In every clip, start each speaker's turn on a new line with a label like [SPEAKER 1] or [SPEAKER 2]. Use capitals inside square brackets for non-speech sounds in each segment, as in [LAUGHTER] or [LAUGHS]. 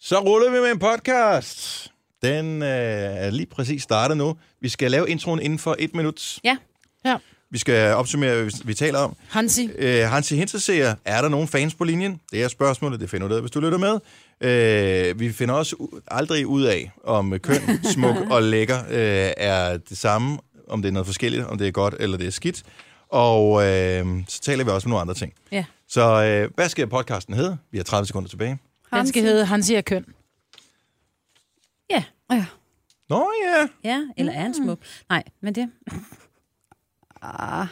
[SPEAKER 1] Så ruller vi med en podcast. Den øh, er lige præcis startet nu. Vi skal lave introen inden for et minut.
[SPEAKER 2] Ja.
[SPEAKER 3] Ja.
[SPEAKER 1] Vi skal opsummere, hvad vi, vi taler om.
[SPEAKER 3] Hansi.
[SPEAKER 1] Øh, Hansi Hinterseer, er der nogen fans på linjen? Det er spørgsmålet, det finder du ud af, hvis du lytter med. Øh, vi finder også u- aldrig ud af, om øh, køn, smuk og lækker øh, er det samme, om det er noget forskelligt, om det er godt eller det er skidt. Og øh, så taler vi også om nogle andre ting.
[SPEAKER 2] Ja.
[SPEAKER 1] Så øh, hvad skal podcasten hedde? Vi har 30 sekunder tilbage.
[SPEAKER 3] Den skal hedde Hansi er køn.
[SPEAKER 2] Ja.
[SPEAKER 4] Ja.
[SPEAKER 1] Nå ja.
[SPEAKER 2] Ja, eller er han
[SPEAKER 3] Mm.
[SPEAKER 2] smuk? Nej, men det...
[SPEAKER 4] Ah,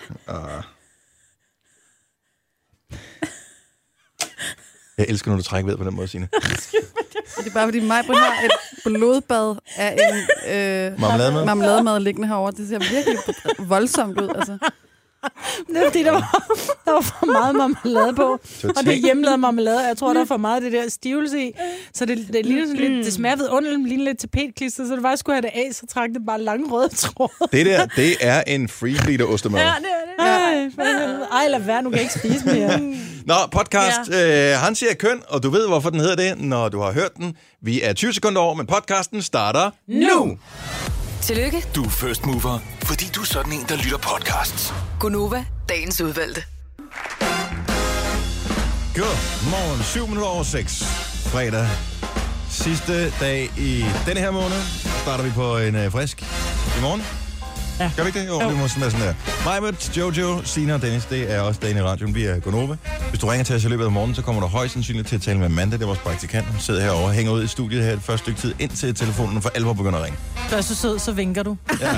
[SPEAKER 1] Jeg elsker, når du trækker ved på den måde, Signe.
[SPEAKER 4] det er bare fordi mig har et blodbad af en øh,
[SPEAKER 1] Marmelademad?
[SPEAKER 4] marmelademad liggende herovre. Det ser virkelig voldsomt ud. Altså.
[SPEAKER 3] Det er fordi, der var, der var for meget marmelade på. Og det er hjemmelavet marmelade, og jeg tror, der er for meget af det der stivelse i. Så det, det, ligner sådan lidt, det smager ved underligt, ligner lidt tapetklister, så det var, jeg skulle have det af, så trak det bare lange røde
[SPEAKER 2] [LAUGHS]
[SPEAKER 3] tråde.
[SPEAKER 1] Det der, det er en freebleeder ostemad. Ja.
[SPEAKER 3] Ej, for helvede. Ej, lad være, nu kan jeg ikke spise [LAUGHS] mere.
[SPEAKER 1] Nå, podcast. Ja. Øh, han siger køn, og du ved, hvorfor den hedder det, når du har hørt den. Vi er 20 sekunder over, men podcasten starter nu.
[SPEAKER 5] Tillykke,
[SPEAKER 6] Du er first mover, fordi du er sådan en, der lytter podcasts.
[SPEAKER 5] Gunova, dagens udvalgte.
[SPEAKER 1] God morgen, 7 minutter over 6. Fredag. Sidste dag i denne her måned. Starter vi på en øh, frisk i morgen. Ja. Gør vi ikke det? Jo, jo. vi må sådan være sådan der. Majbert, Jojo, Sina og Dennis, det er også dagen i radioen. Vi er Gonova. Hvis du ringer til os i løbet af morgenen, så kommer du højst sandsynligt til at tale med Amanda, det er vores praktikant. Hun sidder herovre og hænger ud i studiet her et første stykke tid, indtil telefonen for alvor begynder at ringe.
[SPEAKER 3] Du er så sød, så vinker du.
[SPEAKER 1] Hej,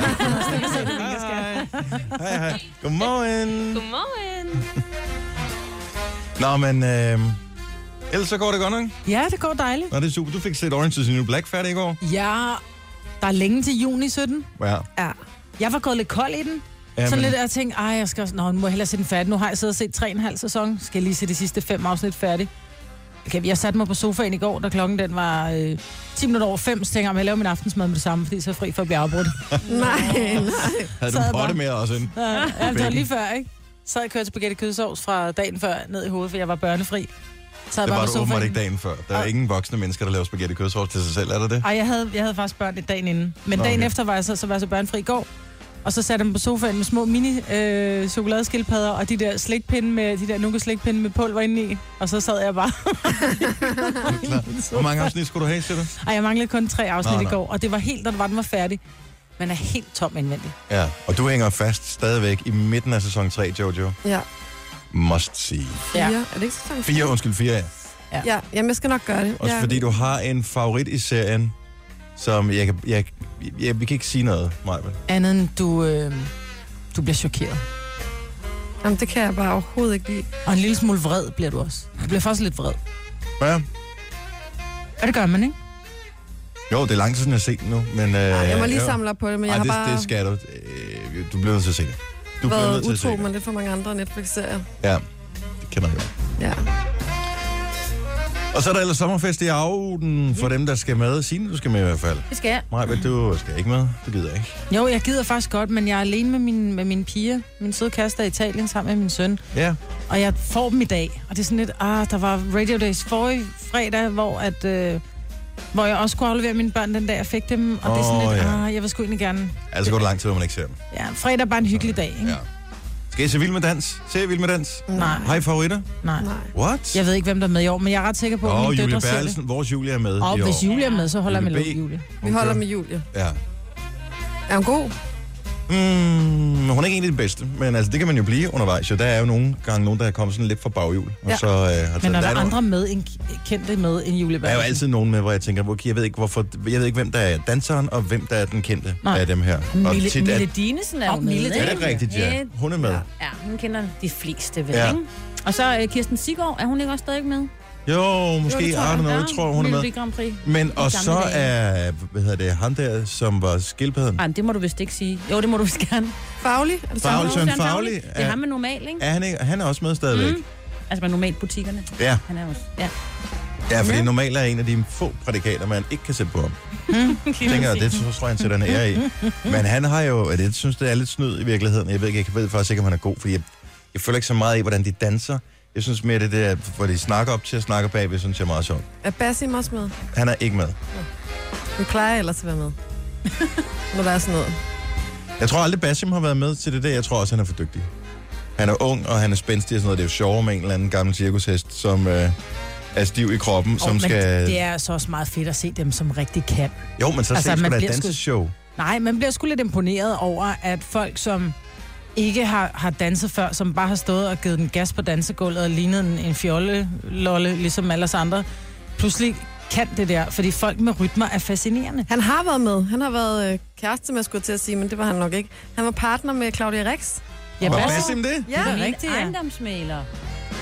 [SPEAKER 1] hej. hej. Godmorgen. [LAUGHS]
[SPEAKER 7] Godmorgen.
[SPEAKER 1] Nå, men øh, ellers så går det godt nok.
[SPEAKER 3] Ja, det går dejligt.
[SPEAKER 1] Nå, det er super. Du fik set Orange is the New Black færdig i går.
[SPEAKER 3] Ja, der er længe til juni 17.
[SPEAKER 1] Ja.
[SPEAKER 4] Ja.
[SPEAKER 3] Jeg var gået lidt kold i den.
[SPEAKER 1] Ja,
[SPEAKER 3] Sådan
[SPEAKER 1] men-
[SPEAKER 3] lidt, jeg tænkte, ej, jeg skal også, nå, nu må jeg hellere se den færdig. Nu har jeg siddet og set tre og en halv sæson. Skal jeg lige se de sidste fem afsnit færdig? Okay, jeg satte mig på sofaen i går, da klokken den var øh, 10 minutter over 5, så tænkte jeg, "Jamen, jeg laver min aftensmad med det samme, fordi så er jeg fri for at blive
[SPEAKER 1] [LAUGHS]
[SPEAKER 3] afbrudt.
[SPEAKER 4] Nej, nej.
[SPEAKER 1] Havde du
[SPEAKER 3] Sad
[SPEAKER 1] en potte
[SPEAKER 3] bare.
[SPEAKER 1] med også ind?
[SPEAKER 3] Ja, ja, det var
[SPEAKER 1] Baby.
[SPEAKER 3] lige før, ikke? Så havde jeg kørt spaghetti kødsovs fra dagen før ned i hovedet, for jeg var børnefri. Så jeg
[SPEAKER 1] Det
[SPEAKER 3] bare
[SPEAKER 1] var
[SPEAKER 3] på
[SPEAKER 1] du åbenbart
[SPEAKER 3] sofaen.
[SPEAKER 1] ikke dagen før. Der er
[SPEAKER 3] Ej.
[SPEAKER 1] ingen voksne mennesker, der laver spaghetti kødsovs til sig selv, er der det?
[SPEAKER 3] Ej, jeg havde, jeg havde faktisk børn i dagen inden. Men
[SPEAKER 1] Nå,
[SPEAKER 3] dagen
[SPEAKER 1] okay.
[SPEAKER 3] efter var jeg så, så var jeg så børnefri i går. Og så satte jeg dem på sofaen med små mini øh, chokoladeskildpadder og de der slikpinde med, de der nukke slikpinde med pulver indeni. Og så sad jeg bare.
[SPEAKER 1] Hvor mange afsnit skulle du have, siger du?
[SPEAKER 3] Ej, jeg manglede kun tre afsnit
[SPEAKER 1] Nå,
[SPEAKER 3] i
[SPEAKER 1] nå.
[SPEAKER 3] går, og det var helt, da den var, den var færdig. Man er helt tom indvendigt.
[SPEAKER 1] Ja, og du hænger fast stadigvæk i midten af sæson 3, Jojo.
[SPEAKER 4] Ja.
[SPEAKER 1] Must see.
[SPEAKER 3] Ja.
[SPEAKER 4] Fire. Er det ikke så
[SPEAKER 1] Fire, undskyld, fire, ja.
[SPEAKER 4] Ja, jamen, jeg skal nok gøre det.
[SPEAKER 1] Også
[SPEAKER 4] ja.
[SPEAKER 1] fordi du har en favorit i serien, som jeg kan... Jeg, jeg, vi kan ikke sige noget, Majbel.
[SPEAKER 3] Andet end du, øh, du bliver chokeret.
[SPEAKER 4] Jamen, det kan jeg bare overhovedet ikke lide.
[SPEAKER 3] Og en lille smule vred bliver du også. Du bliver faktisk lidt vred.
[SPEAKER 1] Ja.
[SPEAKER 3] Og det gør man, ikke?
[SPEAKER 1] Jo, det er lang tid siden, jeg har set den nu, men...
[SPEAKER 4] Ej,
[SPEAKER 1] Øh,
[SPEAKER 4] jeg må lige
[SPEAKER 1] jo.
[SPEAKER 4] samle op på det, men
[SPEAKER 1] Ej,
[SPEAKER 4] jeg har
[SPEAKER 1] det,
[SPEAKER 4] bare
[SPEAKER 1] det skal du. Øh, Du bliver nødt til at se det. Du bliver nødt
[SPEAKER 4] været
[SPEAKER 1] til at se
[SPEAKER 4] utro
[SPEAKER 1] det.
[SPEAKER 4] med lidt for mange andre Netflix-serier.
[SPEAKER 1] Ja, det kender jeg godt.
[SPEAKER 4] Ja.
[SPEAKER 1] Og så er der ellers sommerfest i Auden for dem, der skal med. Signe, du skal med i hvert fald.
[SPEAKER 2] Det skal jeg.
[SPEAKER 1] Nej, men du skal ikke med. Du gider ikke.
[SPEAKER 3] Jo, jeg gider faktisk godt, men jeg er alene med min, med min piger. Min søde kæreste er i Italien sammen med min søn.
[SPEAKER 1] Ja.
[SPEAKER 3] Og jeg får dem i dag, og det er sådan lidt, ah, der var Radio Days forrige fredag, hvor, at, øh, hvor jeg også kunne aflevere mine børn den dag, jeg fik dem. Og oh, det er sådan
[SPEAKER 1] Åh,
[SPEAKER 3] lidt,
[SPEAKER 1] ja.
[SPEAKER 3] ah, jeg vil sgu egentlig gerne...
[SPEAKER 1] Altså går det lang tid, hvor man ikke ser dem.
[SPEAKER 3] Ja, fredag er bare en hyggelig dag, ikke?
[SPEAKER 1] Ja. Skal I se Vild med Dans? Se Vild med Dans?
[SPEAKER 3] Nej,
[SPEAKER 1] Har I favoritter?
[SPEAKER 3] nej.
[SPEAKER 4] Nej.
[SPEAKER 1] What?
[SPEAKER 3] Jeg ved ikke, hvem der er med i år, men jeg er ret sikker på, at
[SPEAKER 1] Åh,
[SPEAKER 3] min
[SPEAKER 1] Julie
[SPEAKER 3] døtre ser det.
[SPEAKER 1] Berlesen. Vores Julie er med
[SPEAKER 3] Og
[SPEAKER 1] i år.
[SPEAKER 3] hvis Julie er med, så holder jeg
[SPEAKER 1] Julie
[SPEAKER 3] med
[SPEAKER 1] B.
[SPEAKER 3] Julie.
[SPEAKER 4] Vi holder med Julie.
[SPEAKER 1] Ja.
[SPEAKER 4] Er hun god?
[SPEAKER 1] Mm, men hun er ikke en af de bedste, men altså, det kan man jo blive undervejs. Jo, der er jo nogle gange nogen, der er kommet sådan lidt fra baghjul. Og
[SPEAKER 4] Ja.
[SPEAKER 1] så, øh, har taget-
[SPEAKER 3] Men er der
[SPEAKER 1] nogle-
[SPEAKER 3] andre med, end kendte med, end Julie
[SPEAKER 1] Der er jo
[SPEAKER 3] Berlesen?
[SPEAKER 1] altid nogen med, hvor jeg tænker, okay, jeg ved ikke, hvorfor, jeg ved ikke hvem der er danseren, og hvem der er den kendte
[SPEAKER 3] Nej.
[SPEAKER 1] af dem her. Og
[SPEAKER 3] Mille-
[SPEAKER 1] tit er,
[SPEAKER 3] Mille
[SPEAKER 1] er
[SPEAKER 3] Dick
[SPEAKER 2] Dinesen er
[SPEAKER 3] Åh,
[SPEAKER 2] jo med,
[SPEAKER 3] Mille
[SPEAKER 2] ikke?
[SPEAKER 1] det rigtigt, ja. Hun er med.
[SPEAKER 2] Ja, hun kender de fleste, vel,
[SPEAKER 1] Ja.
[SPEAKER 2] ja. ikke? Og så øh, Kirsten Sigård, er hun ikke også stadig med?
[SPEAKER 1] Jo, måske jo, det noget, tror hun er med.
[SPEAKER 2] Melodi Grand Prix.
[SPEAKER 1] Men, og
[SPEAKER 2] gamle
[SPEAKER 1] så
[SPEAKER 2] dage.
[SPEAKER 1] er, hvad hedder det, ham der, som var skildpadden.
[SPEAKER 2] Ej, Ah, men det må du vist ikke sige. Jo, det må du vist gerne.
[SPEAKER 4] Faglig? Er det
[SPEAKER 1] Faglig,
[SPEAKER 4] samme?
[SPEAKER 1] Søren
[SPEAKER 2] Søren Fauli.
[SPEAKER 1] Fauli
[SPEAKER 2] Det
[SPEAKER 1] er-
[SPEAKER 2] er ham med normal, ikke?
[SPEAKER 1] Er han, ikke, han er også med stadigvæk. Mm.
[SPEAKER 2] Altså med normal butikkerne.
[SPEAKER 1] Ja,
[SPEAKER 2] Han er også. Ja.
[SPEAKER 1] ja, fordi normalt er en af de få prædikater, man ikke kan sætte på ham. Tænker, [LAUGHS] jeg, det tror jeg, han sætter en ære i. Men han har jo, og det synes, det er lidt snyd i virkeligheden. Jeg ved, ikke, jeg ved faktisk ikke, om han er god, fordi jeg, jeg føler ikke så meget i, hvordan de danser. Jeg synes mere, det der, hvor de snakker op til at snakke bagved, synes jeg er meget sjovt.
[SPEAKER 4] Er Basim også med?
[SPEAKER 1] Han er ikke med.
[SPEAKER 4] Han plejer ellers at være
[SPEAKER 1] [LAUGHS]
[SPEAKER 4] med. Når der er sådan noget.
[SPEAKER 1] Jeg tror aldrig, Basim har været med til det der. Jeg tror også, han er for dygtig. Han er ung, og han er spændstig og sådan noget. Det er jo sjovere med en eller anden gammel cirkushest, som øh, er stiv i kroppen, oh, som
[SPEAKER 3] men
[SPEAKER 1] skal...
[SPEAKER 3] Det er altså også meget fedt at se dem, som rigtig kan.
[SPEAKER 1] Jo, men
[SPEAKER 3] Altså,
[SPEAKER 1] så altså,
[SPEAKER 3] man
[SPEAKER 1] ses man da et
[SPEAKER 3] bliver sgu-
[SPEAKER 1] danseshow.
[SPEAKER 3] Nej, man bliver sgu lidt imponeret over, at folk, som ikke har, har danset før, som bare har stået og givet den gas på dansegulvet og lignet en, en fjollelolle, ligesom alle os andre, pludselig kan det der, fordi folk med rytmer er fascinerende.
[SPEAKER 4] Han har været med. Han har været øh, kæreste med, skulle jeg til at sige, men det var han nok ikke. Han var partner med Claudia Rex.
[SPEAKER 1] Ja,
[SPEAKER 3] Ja,
[SPEAKER 1] Var
[SPEAKER 3] Basim-
[SPEAKER 1] Basim det?
[SPEAKER 4] Ja,
[SPEAKER 2] Min
[SPEAKER 3] rigtigt, ja.
[SPEAKER 2] ejendomsmaler.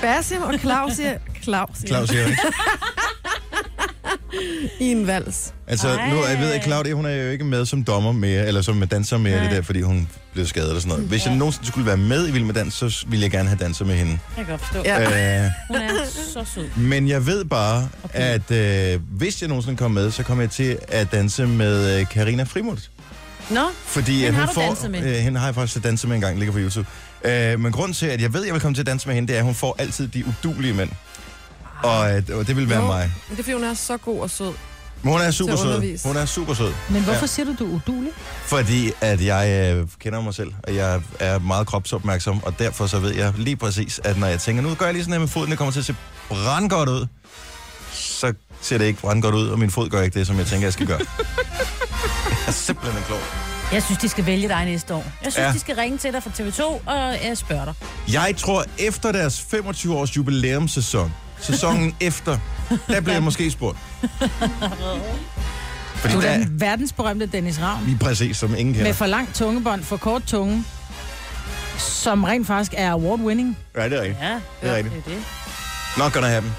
[SPEAKER 4] Basim og Claus siger, [LAUGHS] Claus, siger
[SPEAKER 1] Claus Erik.
[SPEAKER 4] han, i en vals.
[SPEAKER 1] Altså, Ej. nu jeg ved jeg, Claudia, hun er jo ikke med som dommer mere, eller som danser mere, det der, fordi hun blev skadet eller sådan noget. Hvis jeg nogensinde skulle være med i Vild med Dans, så ville jeg gerne have danset med hende.
[SPEAKER 2] Jeg kan godt forstå.
[SPEAKER 4] Ja.
[SPEAKER 1] Øh,
[SPEAKER 2] Hun er så sød.
[SPEAKER 1] men jeg ved bare, okay. at øh, hvis jeg nogensinde kom med, så kommer jeg til at danse med øh, Karina Frimut.
[SPEAKER 2] Nå,
[SPEAKER 1] Fordi
[SPEAKER 2] Hende
[SPEAKER 1] at hun
[SPEAKER 2] har du
[SPEAKER 1] får,
[SPEAKER 2] danset med?
[SPEAKER 1] Øh, hende har jeg faktisk danset med en gang, ligger på YouTube. Øh, men grunden til, at jeg ved, at jeg vil komme til at danse med hende, det er, at hun får altid de udulige mænd. Og, øh, og det vil være
[SPEAKER 4] Jo,
[SPEAKER 1] mig.
[SPEAKER 4] Men det er, fordi hun er så god og sød.
[SPEAKER 1] Men hun er super
[SPEAKER 4] at
[SPEAKER 1] sød.
[SPEAKER 4] undervise.
[SPEAKER 1] Hun er super sød.
[SPEAKER 3] Men hvorfor
[SPEAKER 1] Ja.
[SPEAKER 3] ja. siger du, du er udulig?
[SPEAKER 1] Fordi at jeg øh, kender mig selv, og jeg er meget kropsopmærksom, og derfor så ved jeg lige præcis, at når jeg tænker, nu gør jeg lige sådan her med foden, det kommer til at se brandgodt ud, så ser det ikke brandgodt ud, og min fod gør ikke det, som jeg tænker, jeg skal gøre. [LAUGHS] jeg er simpelthen en klog.
[SPEAKER 2] jeg synes, de skal vælge dig næste år. Jeg synes,
[SPEAKER 1] Ja.
[SPEAKER 2] ja. de skal ringe til dig fra TV2, og jeg spørger dig.
[SPEAKER 1] Jeg tror, efter deres 25-års jubilæumssæson,
[SPEAKER 3] [LAUGHS]
[SPEAKER 1] sæsonen efter, der bliver jeg måske spurgt. Fordi
[SPEAKER 3] Du
[SPEAKER 1] der
[SPEAKER 3] er
[SPEAKER 1] er
[SPEAKER 3] den verdensberømte Dennis Ravn.
[SPEAKER 1] lige præcis, som ingen
[SPEAKER 3] Med
[SPEAKER 1] kender.
[SPEAKER 3] for langt tungebånd, for kort tunge, som rent faktisk er award-winning.
[SPEAKER 1] Ja, det er rigtigt.
[SPEAKER 2] Ja,
[SPEAKER 1] Det er rigtigt.
[SPEAKER 2] det er det.
[SPEAKER 1] Nok gonna have dem.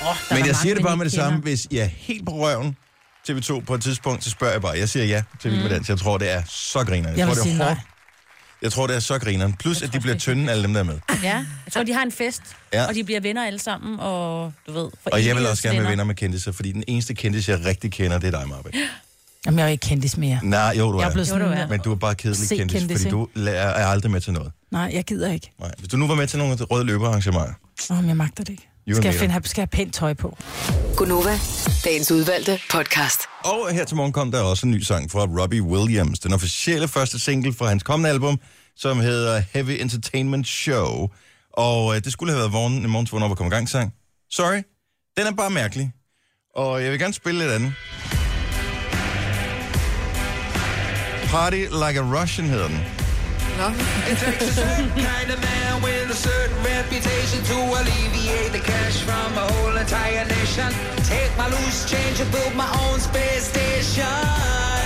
[SPEAKER 2] Oh,
[SPEAKER 1] Men jeg siger det bare med det samme. Hvis I er helt på røven TV2 på et tidspunkt, så spørger jeg bare. Jeg siger ja til Vild med Dans. Jeg tror, det er så griner.
[SPEAKER 3] Mm. Jeg vil
[SPEAKER 1] tror, det
[SPEAKER 3] sige
[SPEAKER 1] er
[SPEAKER 3] nej.
[SPEAKER 1] hårdt. Jeg tror, det er så grineren. Plus, at de bliver tynde, alle dem, der er med.
[SPEAKER 2] Ja, jeg tror, de har en fest,
[SPEAKER 1] Ja.
[SPEAKER 2] ja. og de bliver venner alle sammen, og du ved... For
[SPEAKER 1] Og jeg vil
[SPEAKER 2] evigt
[SPEAKER 1] også gerne være venner med kendtiser, fordi den eneste kendtis, jeg rigtig kender, det er dig, Marbe.
[SPEAKER 3] Jamen, jeg er jo ikke kendis mere.
[SPEAKER 1] Nej, jo, du
[SPEAKER 3] Jeg er blevet
[SPEAKER 1] er.
[SPEAKER 3] sådan,
[SPEAKER 2] Jo, du
[SPEAKER 3] der.
[SPEAKER 2] er.
[SPEAKER 1] Men du er bare kedelig
[SPEAKER 3] Se
[SPEAKER 1] kendtis,
[SPEAKER 3] kendis,
[SPEAKER 1] fordi du la- er aldrig med til noget.
[SPEAKER 3] nej, jeg gider ikke.
[SPEAKER 1] Nej. Hvis du nu var med til nogle af de røde løbearrangementer,
[SPEAKER 3] Åh, men jeg magter det ikke.
[SPEAKER 1] You and
[SPEAKER 3] Skal jeg,
[SPEAKER 1] me.
[SPEAKER 3] finde, skal jeg have pænt tøj på?
[SPEAKER 5] Gunova, dagens udvalgte podcast.
[SPEAKER 1] Og her til morgen kom der også en ny sang fra Robbie Williams. Den officielle første single fra hans kommende album, som hedder Heavy Entertainment Show. Og øh, det skulle have været morgen, en morgens vågen op og komme i gang sang. Sorry, den er bare mærkelig. Og jeg vil gerne spille lidt andet. Party Like a Russian hedder den.
[SPEAKER 4] Nå.
[SPEAKER 7] kind of man with a certain reputation to alleviate the cash from a whole entire nation. Take my loose change and build my own space station.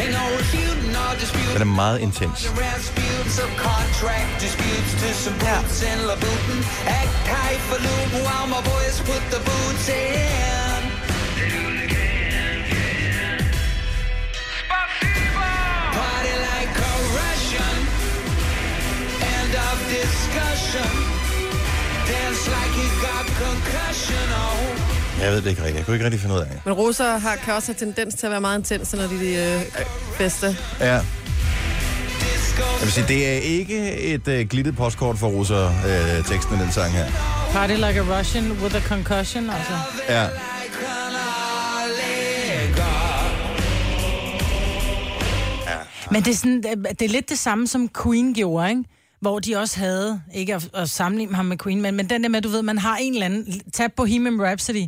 [SPEAKER 7] Ain't no refuting or
[SPEAKER 1] Den
[SPEAKER 7] disputing.
[SPEAKER 1] er meget intens.
[SPEAKER 7] Disputes of contract disputes to some boots in Labutin. Act high for while my boys put the boots in. Party like a Russian. End of discussion. Dance like you got concussion. Oh.
[SPEAKER 1] Jeg ved det ikke rigtigt. Jeg kunne ikke rigtig finde ud af det.
[SPEAKER 4] Men Rosa har, kan også have tendens til at være meget intense, når de er de øh, bedste.
[SPEAKER 1] Ja. Jeg vil sige, det er ikke et øh, glittet postkort for russer, øh, teksten i den sang her.
[SPEAKER 3] Party like a Russian with a concussion, altså.
[SPEAKER 1] Ja.
[SPEAKER 3] Men det er, sådan, øh, det er lidt det samme, som Queen gjorde, ikke? Hvor de også havde, ikke at, at sammenligne ham med Queen, men, men den der med, du ved, man har en eller anden, tag Bohemian Rhapsody,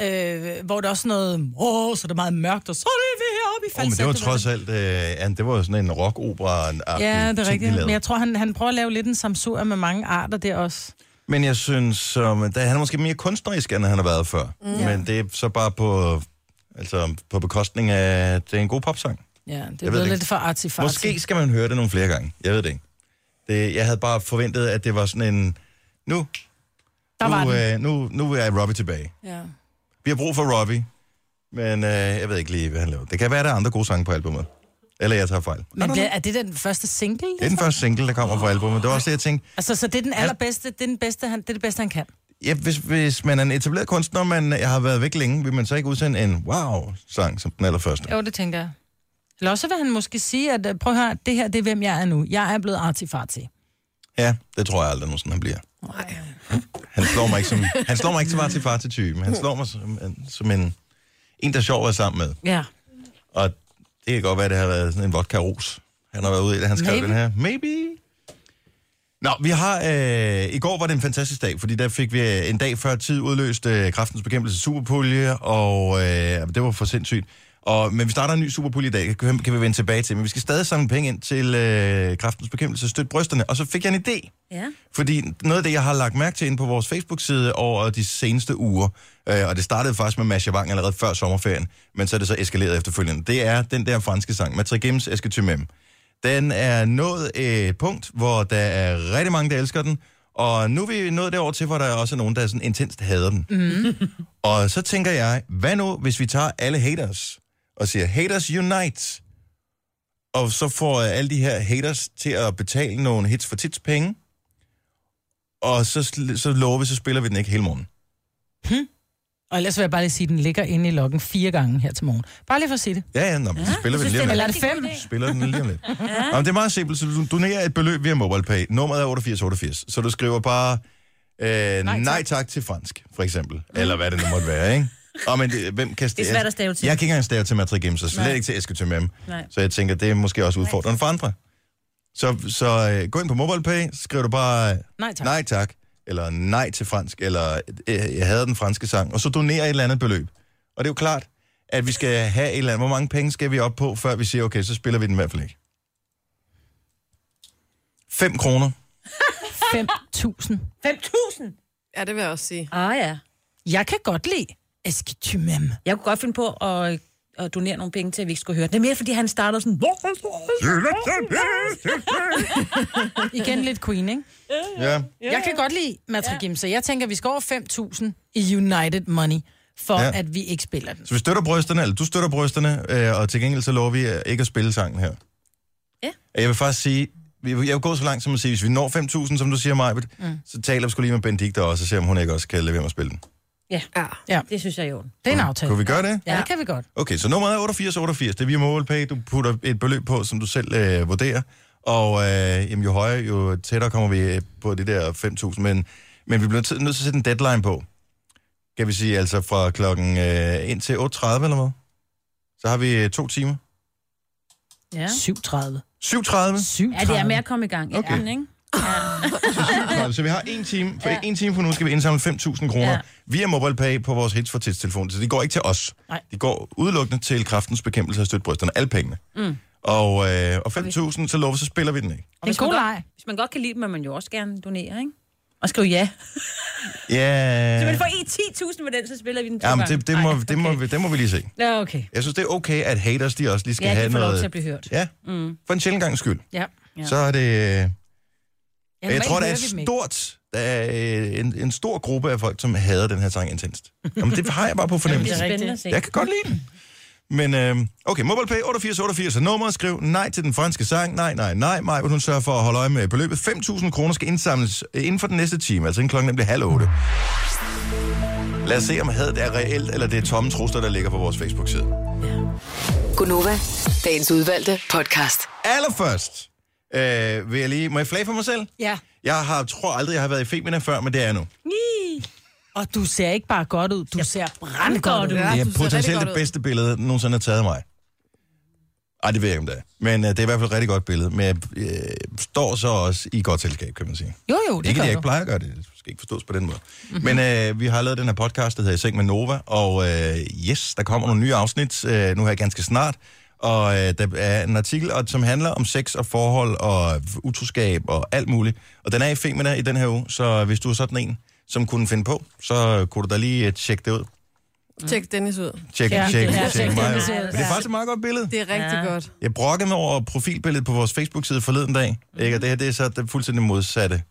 [SPEAKER 3] øh, hvor der også noget, åh, så er det meget mørkt, og så er det vi heroppe i
[SPEAKER 1] Oh,
[SPEAKER 3] falsetto.
[SPEAKER 1] men det var
[SPEAKER 3] du ved.
[SPEAKER 1] trods alt, øh, ja, det var jo sådan en rock-opera. En aften,
[SPEAKER 3] Ja, det er rigtigt. Men
[SPEAKER 1] Men jeg,
[SPEAKER 3] jeg tror, han, han prøver at lave lidt en samsur med mange arter der også.
[SPEAKER 1] men jeg synes, som, da, han er måske mere kunstnerisk, end han har været før. Mm. Men det er så bare på, altså, på bekostning af, at det er en god popsang.
[SPEAKER 3] Ja, det
[SPEAKER 1] ved
[SPEAKER 3] er
[SPEAKER 1] det
[SPEAKER 3] blevet
[SPEAKER 1] ikke.
[SPEAKER 3] lidt for artifarti.
[SPEAKER 1] Måske skal man høre det nogle flere gange. Jeg ved det ikke. Det, jeg havde bare forventet, at det var sådan en, nu,
[SPEAKER 3] Der var
[SPEAKER 1] nu,
[SPEAKER 3] den.
[SPEAKER 1] øh, nu, nu er Robbie tilbage.
[SPEAKER 3] Ja.
[SPEAKER 1] Vi har brug for Robbie, men øh, jeg ved ikke lige, hvad han laver. Det kan være, at der er andre gode sange på albumet. Eller jeg tager fejl.
[SPEAKER 3] Men bliver, er det den første single?
[SPEAKER 1] Det er den første single, der kommer fra albumet. Det var også det, jeg tænkte,
[SPEAKER 3] Altså, så det er den allerbedste, det er, den bedste, han, det, er det bedste, han kan.
[SPEAKER 1] Ja, hvis, hvis man er en etableret kunstner, man har været væk længe, vil man så ikke udsende en wow-sang som den allerførste?
[SPEAKER 3] Jo, det tænker jeg. Eller også vil han måske sige, at øh, prøv at høre, det her, det er, hvem jeg er nu. Jeg er blevet artifarti.
[SPEAKER 1] Ja, det tror jeg aldrig nogensinde, han bliver.
[SPEAKER 4] Nej.
[SPEAKER 1] Han slår mig ikke som, han slår mig ikke så meget til far til typen. Han slår mig som, en- som en, en, der er sjov at være sammen med.
[SPEAKER 2] Ja.
[SPEAKER 1] Og det kan godt være, at det har været sådan en vodka-ros. Han har været ude i det, han skrev
[SPEAKER 2] Maybe.
[SPEAKER 1] den her. Maybe. Nå, vi har... Øh, I går var det en fantastisk dag, fordi der fik vi øh, en dag før tid udløst øh, kraftens bekæmpelse superpulje, og øh, det var for sindssygt. Og, men vi starter en ny superpulje i dag, kan, kan vi vende tilbage til. Men vi skal stadig samle penge ind til øh, kraftens bekæmpelse, støtte brysterne. Og så fik jeg en idé.
[SPEAKER 2] Ja.
[SPEAKER 1] Fordi noget af det, jeg har lagt mærke til inde på vores Facebook-side over de seneste uger, øh, og det startede faktisk med Masha Wang allerede før sommerferien, men så er det så eskaleret efterfølgende, det er den der franske sang, Matrigems Esketumem. Den er nået et punkt, hvor der er rigtig mange, der elsker den, og nu er vi nået derover til, hvor der også er nogen, der sådan intenst hader den. Og så tænker jeg, hvad nu, hvis vi tager alle haters og siger, haters unite, og så får øh, alle de her haters til at betale nogle hits for tits penge, og så, sl- så lover vi, så spiller vi den ikke hele morgen.
[SPEAKER 3] Og ellers vil jeg bare lige sige, at den ligger inde i loggen fire gange her til morgen. Bare lige for at sige det.
[SPEAKER 1] Ja, ja, nå, men så spiller vi
[SPEAKER 2] Jeg
[SPEAKER 1] den
[SPEAKER 2] synes,
[SPEAKER 1] lige om
[SPEAKER 2] det
[SPEAKER 1] lidt.
[SPEAKER 3] Eller er
[SPEAKER 2] er en
[SPEAKER 3] det
[SPEAKER 2] rigtig
[SPEAKER 3] fem?
[SPEAKER 2] god idé.
[SPEAKER 1] Spiller den lige om lidt. [LAUGHS] Jamen, det er meget simpelt, så du donerer et beløb via MobilePay. Nummeret er 8888, så du skriver bare øh, nej, tak. nej tak til fransk, for eksempel. Eller hvad det nu måtte være, ikke? Og men, det- hvem kan
[SPEAKER 2] Det er svært at stave til.
[SPEAKER 1] Jeg kan ikke engang stave til Matrix så slet
[SPEAKER 2] Nej.
[SPEAKER 1] ikke til Esketum
[SPEAKER 2] Nej.
[SPEAKER 1] Så jeg tænker, det er måske også udfordrende for andre. Så, så øh, gå ind på MobilePay, så skriver du bare
[SPEAKER 3] Nej, tak.
[SPEAKER 1] nej tak, eller nej til fransk, eller øh, jeg hader den franske sang, og så donerer et eller andet beløb. Og det er jo klart, at vi skal have et eller andet, hvor mange penge skal vi op på, før vi siger, okay, så spiller vi den i hvert fald ikke. 5 kroner.
[SPEAKER 3] 5.000.
[SPEAKER 2] 5.000?
[SPEAKER 4] Ja, det vil jeg også sige.
[SPEAKER 2] Ah ja.
[SPEAKER 3] Jeg kan godt lide Eskitymem.
[SPEAKER 2] Jeg kunne godt finde på at, at donere nogle penge til, at vi ikke skulle høre. Det Det er mere, fordi han startede sådan...
[SPEAKER 3] Igen lidt Queen, ikke?
[SPEAKER 1] Ja.
[SPEAKER 3] Jeg kan godt lide Matrigim, så jeg tænker, vi skal over 5.000 i United Money, for
[SPEAKER 1] Ja.
[SPEAKER 3] ja. at vi ikke spiller den.
[SPEAKER 1] Så vi støtter brysterne, eller du støtter brysterne, øh, og til gengæld så lover vi øh, ikke at spille sangen her.
[SPEAKER 2] Ja.
[SPEAKER 1] Og Jeg vil faktisk sige, jeg vil jeg vil gå så langt som at sige, hvis vi når 5.000, som du siger, Majbet, mm. så taler vi skulle lige med Benedikte også, og ser om hun ikke også kan lade være med at spille den.
[SPEAKER 4] Ja.
[SPEAKER 2] Det synes jeg jo.
[SPEAKER 3] Det er en aftale.
[SPEAKER 1] Kunne vi gøre det?
[SPEAKER 3] Ja, det kan vi godt.
[SPEAKER 1] Okay, så nummeret er 8888. Det er via MobilePay. Du putter et beløb på, som du selv øh, vurderer. Og øh, jamen, jo højere, jo tættere kommer vi øh, på det der 5.000. Men, men vi bliver t- nødt til at sætte en deadline på. Kan vi sige altså fra klokken øh, ind til 8.30 eller hvad? Så har vi øh, to timer.
[SPEAKER 2] Ja.
[SPEAKER 3] 37.
[SPEAKER 1] 7.30.
[SPEAKER 3] 37.
[SPEAKER 2] Ja, det er med at komme i gang.
[SPEAKER 1] Okay.
[SPEAKER 2] Okay. Inden, ikke?
[SPEAKER 1] Så vi har en time. For en time fra nu skal vi indsamle 5.000 kroner ja.
[SPEAKER 2] Ja.
[SPEAKER 1] via MobilePay på vores hits for telefon. Så de går ikke til os.
[SPEAKER 3] Nej.
[SPEAKER 1] De går udelukkende til kraftens bekæmpelse af støtte brysterne. Alle pengene. Mm. Og, øh, og 5.000, så lover, så spiller vi den ikke.
[SPEAKER 3] Det er en god leg.
[SPEAKER 2] Hvis man godt kan lide dem, må man jo også gerne donere, ikke? Og skrive ja.
[SPEAKER 1] Ja,
[SPEAKER 2] Så man får i 10.000 med den, så spiller vi den to
[SPEAKER 1] Jamen,
[SPEAKER 2] gange.
[SPEAKER 1] det, det, må, okay. det, må, vi- det må vi lige se.
[SPEAKER 2] Ja, okay.
[SPEAKER 1] Jeg synes, det er okay, at haters de også lige skal
[SPEAKER 2] Ja, de
[SPEAKER 1] have
[SPEAKER 2] får lov
[SPEAKER 1] noget...
[SPEAKER 2] til at blive hørt.
[SPEAKER 1] Ja, mm. for en sjældent gangs skyld.
[SPEAKER 3] Ja.
[SPEAKER 1] Ja.
[SPEAKER 2] Ja.
[SPEAKER 1] Så er det...
[SPEAKER 3] Ja,
[SPEAKER 1] Jeg, jeg
[SPEAKER 3] normalt
[SPEAKER 1] tror, der er
[SPEAKER 3] hører vi dem
[SPEAKER 1] et
[SPEAKER 3] ikke.
[SPEAKER 1] stort... Der er øh, en, en stor gruppe af folk, som hader den her sang intenst. Jamen, det har jeg bare på
[SPEAKER 2] Det
[SPEAKER 1] fornemmelse.
[SPEAKER 2] er spændende at se.
[SPEAKER 1] Jeg kan godt lide den. Men øh, okay, MobilePay 8888 er nummeret. Skriv nej til den franske sang. Nej, nej, nej. Maj, hun sørger for at holde øje med beløbet. 5.000 kloner skal indsamles øh, inden for den næste time, altså inden klokken nemlig halv otte. Lad os se, om hadet er reelt, eller det er tomme trusler, der ligger på vores Facebook-side.
[SPEAKER 5] Gunova, dagens udvalgte podcast.
[SPEAKER 1] Allerførst øh, vil jeg lige... Må jeg flage for mig selv?
[SPEAKER 3] Ja.
[SPEAKER 1] Jeg har, tror aldrig, jeg har været i Femina før, men det er jeg nu.
[SPEAKER 3] Og du ser ikke bare godt ud, du ja. ser brandgodt ud.
[SPEAKER 4] Ja,
[SPEAKER 1] Det
[SPEAKER 4] du ser
[SPEAKER 1] er
[SPEAKER 4] rigtig
[SPEAKER 1] potentielt
[SPEAKER 4] godt
[SPEAKER 1] det
[SPEAKER 4] ud.
[SPEAKER 1] bedste billede, der nogensinde har taget af mig. Ej, det ved jeg ikke, om det er. Men øh, det er i hvert fald et rigtig godt billede. Men jeg øh, står så også i godt selskab, kan man sige.
[SPEAKER 3] Jo, jo, det
[SPEAKER 1] ikke,
[SPEAKER 3] gør
[SPEAKER 1] at jeg
[SPEAKER 3] du.
[SPEAKER 1] ikke plejer at gøre det. Det skal ikke forstås på den måde.
[SPEAKER 4] Mhm.
[SPEAKER 1] Mm-hmm. Men øh, vi har lavet den her podcast, der hedder I Seng med Nova. Og øh, yes, der kommer nogle nye afsnit øh, nu her ganske snart. Og øh, der er en artikel, og, som handler om sex og forhold og utroskab og alt muligt. Og den er i Femina i den her uge, så hvis du er sådan en, som kunne finde på, så kunne du da lige øh, tjekke det ud.
[SPEAKER 4] Tjek Dennis ud.
[SPEAKER 1] Tjek, ja,
[SPEAKER 3] Ja,
[SPEAKER 1] tjek,
[SPEAKER 3] det
[SPEAKER 1] ja,
[SPEAKER 3] er-
[SPEAKER 1] tjek, tjek
[SPEAKER 3] det er-
[SPEAKER 1] mig.
[SPEAKER 3] det er-
[SPEAKER 1] Men det er faktisk et meget godt billede.
[SPEAKER 4] Det er rigtig ja. godt.
[SPEAKER 1] Jeg brokkede mig over profilbilledet på vores Facebook-side forleden dag. Ikke? Og det her det er så det fuldstændig modsatte.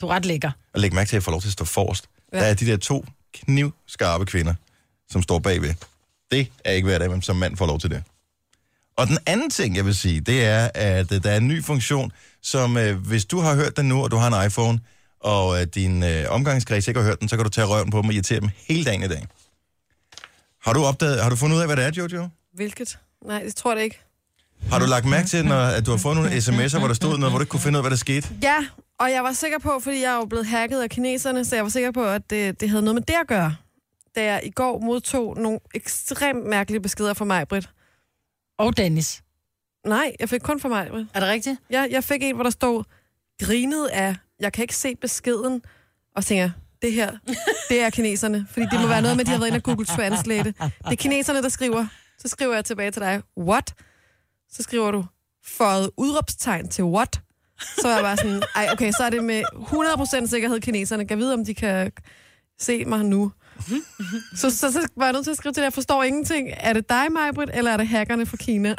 [SPEAKER 3] Du er ret lækker.
[SPEAKER 1] Og læg mærke til, at jeg får lov til at stå forrest. Ja. Der er de der to knivskarpe kvinder, som står bagved. Det er ikke hver dag, man som mand får lov til det. Og den anden ting, jeg vil sige, det er, at øh, der er en ny funktion, som øh, hvis du har hørt den nu, og du har en iPhone, og øh, din øh, omgangskreds ikke har hørt den, så kan du tage røven på dem og irritere dem hele dagen i dag. Har du opdaget, har du fundet ud af, hvad det er, Jojo?
[SPEAKER 4] Hvilket? Nej, det tror jeg det ikke.
[SPEAKER 1] Har du lagt mærke til, når, at du har fået nogle sms'er, hvor der stod noget, hvor du ikke kunne finde ud af, hvad der skete?
[SPEAKER 4] Ja, og jeg var sikker på, fordi jeg er jo blevet hacket af kineserne, så jeg var sikker på, at det, det havde noget med det at gøre, da jeg i går modtog nogle ekstremt mærkelige beskeder fra mig, Britt.
[SPEAKER 3] Og Dennis.
[SPEAKER 4] Nej, jeg fik kun fra mig, Britt.
[SPEAKER 3] Er det rigtigt?
[SPEAKER 4] Jeg, jeg fik en, hvor der stod, grinet af, jeg kan ikke se beskeden, og så tænker jeg, det her, det er kineserne, fordi det må være noget med, at de har været inde og Google Translate. det. Det er kineserne, der skriver. Så skriver jeg tilbage til dig, what? Så skriver du, fået udråbstegn til what? Så var jeg bare sådan, ej, okay, så er det med 100% sikkerhed kineserne. Kan vide, om de kan se mig nu. Så, så, så var jeg nødt til at skrive til dig, jeg forstår ingenting. Er det dig, Majbrit, eller er det hackerne fra Kina?
[SPEAKER 3] [LAUGHS]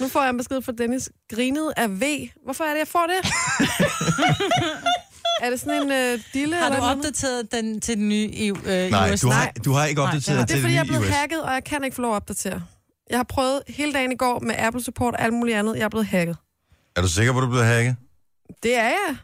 [SPEAKER 4] nu får jeg en besked fra Dennis. Grinet af V. Hvorfor er det, jeg får det?
[SPEAKER 3] [LAUGHS]
[SPEAKER 4] er det sådan en øh, dille?
[SPEAKER 3] Har
[SPEAKER 4] eller
[SPEAKER 3] du
[SPEAKER 4] noget?
[SPEAKER 3] opdateret den til den nye EU, øh,
[SPEAKER 1] Nej,
[SPEAKER 3] US?
[SPEAKER 1] du har, du har ikke opdateret
[SPEAKER 3] Nej,
[SPEAKER 1] Nej,
[SPEAKER 4] Det er
[SPEAKER 1] til
[SPEAKER 4] fordi, jeg er blevet
[SPEAKER 1] US.
[SPEAKER 4] hacket, og jeg kan ikke få lov at opdatere. Jeg har prøvet hele dagen i går med Apple Support og alt muligt andet. Jeg er blevet hacket.
[SPEAKER 1] Er du sikker på, at du er blevet hacket?
[SPEAKER 4] Det er jeg.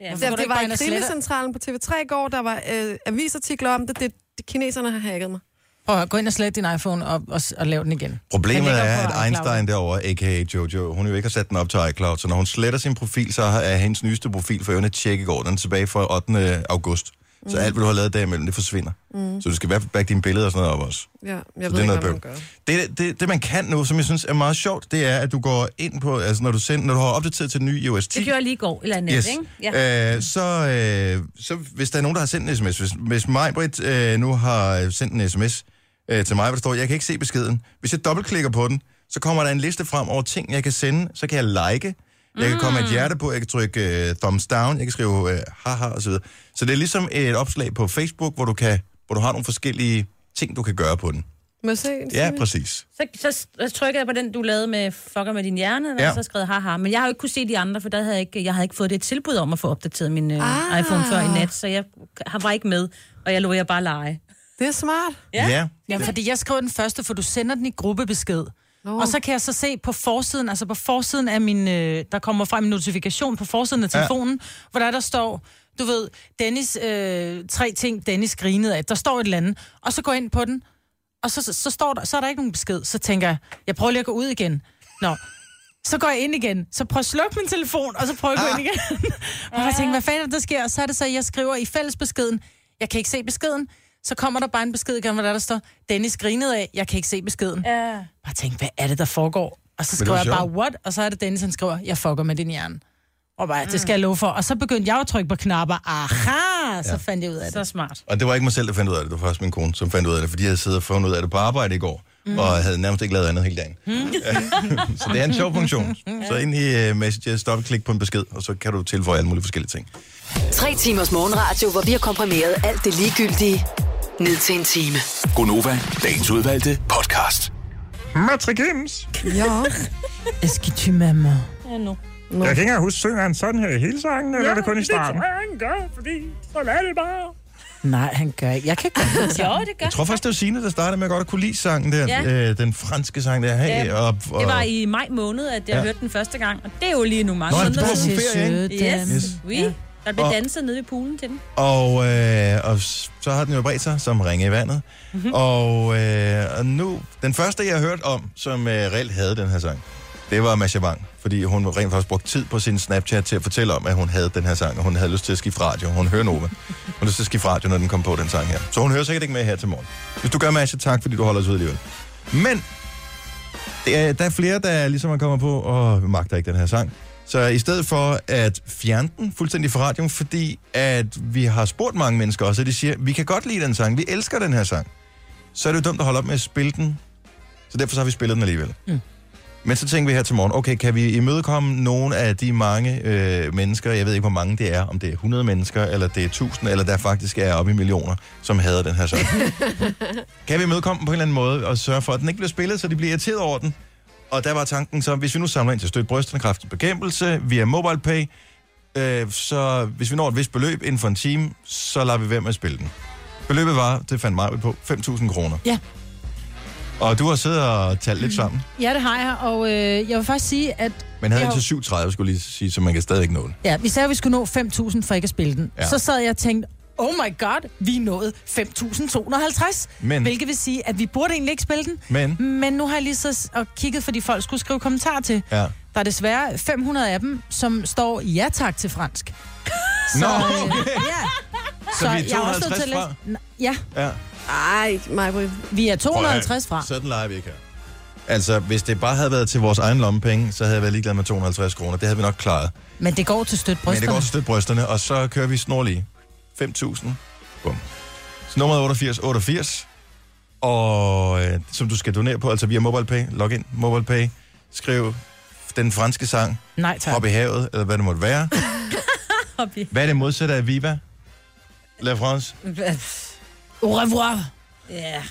[SPEAKER 2] Ja,
[SPEAKER 4] Det, det, det var i Krimicentralen på TV3 i går. Der var øh, avisartikler om det. det. Det kineserne har hacket mig.
[SPEAKER 3] Prøv at gå ind og slet din iPhone og, og, og lav den igen. Den
[SPEAKER 1] Problemet
[SPEAKER 3] ligger
[SPEAKER 1] er,
[SPEAKER 3] på
[SPEAKER 1] at
[SPEAKER 3] iCloud.
[SPEAKER 1] Einstein derovre, a.k.a. Jojo, hun jo ikke har sat den op til iCloud, så når hun sletter sin profil, så er hendes nyeste profil for øvrigt tjekke går. Den er tilbage fra 8. august. Så alt, hvad du har lavet derimellem, det forsvinder. Mm. Så du skal i hvert fald bakke dine billeder og sådan noget op også.
[SPEAKER 4] Ja, jeg
[SPEAKER 1] Så
[SPEAKER 4] ved
[SPEAKER 1] det er
[SPEAKER 4] ikke,
[SPEAKER 1] noget
[SPEAKER 4] hvad man
[SPEAKER 1] bøvl.
[SPEAKER 4] gør.
[SPEAKER 1] Det, det, det, man kan nu, som jeg synes er meget sjovt, det er, at du går ind på, altså når du, sender, når du har opdateret til den nye iOS 10,
[SPEAKER 2] Det gjorde jeg lige i går, eller andet,
[SPEAKER 1] Yes.
[SPEAKER 2] ikke? Ja.
[SPEAKER 1] Ja. Øh, så, øh, så hvis der er nogen, der har sendt en sms, hvis, hvis Majbrit øh, nu har sendt en sms øh, til mig, hvor der står, jeg kan ikke se beskeden. Hvis jeg dobbeltklikker på den, så kommer der en liste frem over ting, jeg kan sende. Så kan jeg like, jeg kan komme et hjerte på, jeg kan trykke øh, thumbs down, jeg kan skrive øh, haha osv. Så, videre. så det er ligesom et opslag på Facebook, hvor du, kan, hvor du har nogle forskellige ting, du kan gøre på den.
[SPEAKER 4] Må jeg se? en
[SPEAKER 1] Ja,
[SPEAKER 4] time?
[SPEAKER 1] præcis.
[SPEAKER 2] Så, så, så trykkede jeg på den, du lavede med fucker med din hjerne, og
[SPEAKER 1] Ja.
[SPEAKER 2] ja. så skrev jeg, haha. Men jeg har jo ikke kunne se de andre, for der havde jeg, ikke, jeg havde ikke fået det tilbud om at få opdateret min ah.
[SPEAKER 4] Ah.
[SPEAKER 2] iPhone før i nat, så jeg han var ikke med, og jeg lå jeg bare lege.
[SPEAKER 4] Det er smart.
[SPEAKER 1] Ja. ja.
[SPEAKER 3] Ja, fordi jeg skriver den første, for du sender den i gruppebesked.
[SPEAKER 4] Nå.
[SPEAKER 3] Og så kan jeg så se på forsiden, altså på forsiden af min, øh, der kommer frem en notifikation på forsiden af telefonen, ja. hvor der, der står, du ved, Dennis, øh, tre ting Dennis grinede af. Der står et eller andet, og så går jeg ind på den, og så, så, så, står der, så er der ikke nogen besked. Så tænker jeg, jeg prøver lige at gå ud igen. Nå, så går jeg ind igen. Så prøver jeg at slukke min telefon, og så prøver jeg
[SPEAKER 2] Ah.
[SPEAKER 3] at gå ind igen. [LAUGHS] og jeg tænker, hvad fanden er det, der sker? Og så er det så, at jeg skriver i fællesbeskeden, jeg kan ikke se beskeden. Så kommer der bare en besked igen, hvor der, der står, Dennis grinede af, jeg kan ikke se beskeden. Ja. Bare tænk, hvad er det, der foregår? Og så
[SPEAKER 1] det
[SPEAKER 3] skriver
[SPEAKER 1] var
[SPEAKER 3] jeg bare,
[SPEAKER 1] sjovt.
[SPEAKER 3] what? Og så er det Dennis, han skriver, jeg fucker med din hjerne. Og bare,
[SPEAKER 2] Mm.
[SPEAKER 3] det skal jeg love for. Og så begyndte jeg at trykke på knapper. Aha, så ja. fandt jeg ud af
[SPEAKER 2] Så
[SPEAKER 3] det.
[SPEAKER 2] smart.
[SPEAKER 1] Og det var ikke mig selv, der fandt ud af det. Det var faktisk min kone, som fandt ud af det, fordi jeg havde siddet og fundet ud af det på arbejde i går, mm. og havde nærmest ikke lavet andet hele dagen.
[SPEAKER 2] Mm.
[SPEAKER 1] [LAUGHS] så det er en sjov funktion. Så ind i uh, Messenger, stop og klik på en besked, og så kan du tilføje alle mulige forskellige ting.
[SPEAKER 5] Tre timers morgenradio, hvor vi har komprimeret alt det ligegyldige ned til en time.
[SPEAKER 6] Gonova, dagens udvalgte podcast.
[SPEAKER 8] Matrikins.
[SPEAKER 1] [LAUGHS]
[SPEAKER 4] Ja.
[SPEAKER 3] Eskidy mamma.
[SPEAKER 8] Jeg kan ikke engang huske, synger han sådan her i hele sangen, eller ja, er det kun i starten? Det tror jeg, han gør, fordi sådan er det bare.
[SPEAKER 3] Nej, han gør ikke. Jeg kan
[SPEAKER 2] [LAUGHS]
[SPEAKER 3] godt lide
[SPEAKER 2] Jo, det gør
[SPEAKER 1] Jeg tror faktisk, det var Signe, der startede med at godt at kunne lide sangen der. Ja.
[SPEAKER 2] Ja.
[SPEAKER 1] Øh, den franske sang der. Hey,
[SPEAKER 2] Ja.
[SPEAKER 1] op, og...
[SPEAKER 2] Det var i maj måned, at jeg
[SPEAKER 1] Ja.
[SPEAKER 2] ja. hørte den første gang, og det er jo lige nu mange
[SPEAKER 1] Nå,
[SPEAKER 2] måneder
[SPEAKER 1] det var
[SPEAKER 2] siden.
[SPEAKER 1] på ferie, ikke?
[SPEAKER 2] Yes,
[SPEAKER 1] Yes.
[SPEAKER 2] yes. Oui. Ja. Der blev
[SPEAKER 1] Og-
[SPEAKER 2] danset nede i poolen til den.
[SPEAKER 1] Og, øh, og s- så har den jo bredt sig som ringe i vandet. Mm-hmm. Og, øh, og nu, den første jeg hørte om, som øh, reelt havde den her sang, det var Masha Wang. Fordi hun rent faktisk brugte tid på sin Snapchat til at fortælle om, at hun havde den her sang, og hun havde lyst til at skifte radio. Hun hører Nova. Hun har lyst til at skifte radio, når den kom på, den sang her. Så hun hører sikkert ikke med her til morgen. Hvis du gør, Masha, tak, fordi du holder os ud alligevel. Men det er, der er flere, der ligesom er kommet på, og vi magter ikke den her sang. Så i stedet for at fjerne den fuldstændig fra radioen, fordi at vi har spurgt mange mennesker også, og de siger, vi kan godt lide den sang, vi elsker den her sang, så er det jo dumt at holde op med at spille den. Så derfor så har vi spillet den alligevel. Mm. Men så tænker vi her til morgen, okay, kan vi imødekomme nogle af de mange øh, mennesker, jeg ved ikke, hvor mange det er, om det er 100 mennesker, eller det er 1000, eller der faktisk er oppe i millioner, som hader den her sang. kan vi imødekomme den på en eller anden måde, og sørge for, at den ikke bliver spillet, så de bliver irriteret over den, og der var tanken så, hvis vi nu samler ind til støtte brysterne, kræftens bekæmpelse via MobilePay, øh, så hvis vi når et vist beløb inden for en time, så lader vi være med at spille den. Beløbet var, det fandt mig på, 5.000 kroner.
[SPEAKER 3] Ja. Mm.
[SPEAKER 1] Og du har siddet og talt lidt sammen,
[SPEAKER 3] Ja, det har jeg, og øh, jeg vil faktisk sige, at
[SPEAKER 1] men havde
[SPEAKER 3] Jo.
[SPEAKER 1] indtil 37, skulle jeg lige sige, så man kan stadig ikke nå det.
[SPEAKER 3] Ja, vi sagde, at vi skulle nå 5.000 for ikke at spille den.
[SPEAKER 1] Ja.
[SPEAKER 3] Ja. Så sad jeg og tænkte, oh my god, vi nåede 5.250.
[SPEAKER 1] Men-
[SPEAKER 3] Hvilket vil sige, at vi burde egentlig ikke spille den.
[SPEAKER 1] Men-
[SPEAKER 3] Men nu har jeg lige så s- og kigget, fordi folk skulle skrive kommentarer til.
[SPEAKER 1] Ja.
[SPEAKER 3] Der er desværre 500 af dem, som står ja tak til fransk. [LAUGHS]
[SPEAKER 1] Nå,
[SPEAKER 3] øh,
[SPEAKER 1] okay.
[SPEAKER 3] ja.
[SPEAKER 1] Så vi er
[SPEAKER 3] jeg også nødt til
[SPEAKER 1] 250
[SPEAKER 3] at læse- N- Ja,
[SPEAKER 1] Ja.
[SPEAKER 4] Ej, mig,
[SPEAKER 3] vi er
[SPEAKER 1] Prøv at høre,
[SPEAKER 3] 250 fra.
[SPEAKER 1] Sådan leger vi ikke her. Altså, hvis det bare havde været til vores egen lommepenge, så havde jeg været ligeglad med 250 kroner. Det havde vi nok klaret.
[SPEAKER 3] Men det går til støt
[SPEAKER 1] Men det går
[SPEAKER 3] brysterne.
[SPEAKER 1] til støt brysterne, og så kører vi snorlige. 5.000. Bum. Så nummeret 88 88. Og øh, som du skal donere på, altså via MobilePay, log ind, MobilePay, skriv den franske sang,
[SPEAKER 3] Nej, tak.
[SPEAKER 1] Hop i havet, eller hvad det måtte være.
[SPEAKER 2] Hop i-
[SPEAKER 1] Hvad er det modsatte af Viva? La France?
[SPEAKER 3] Au revoir.
[SPEAKER 2] Ja.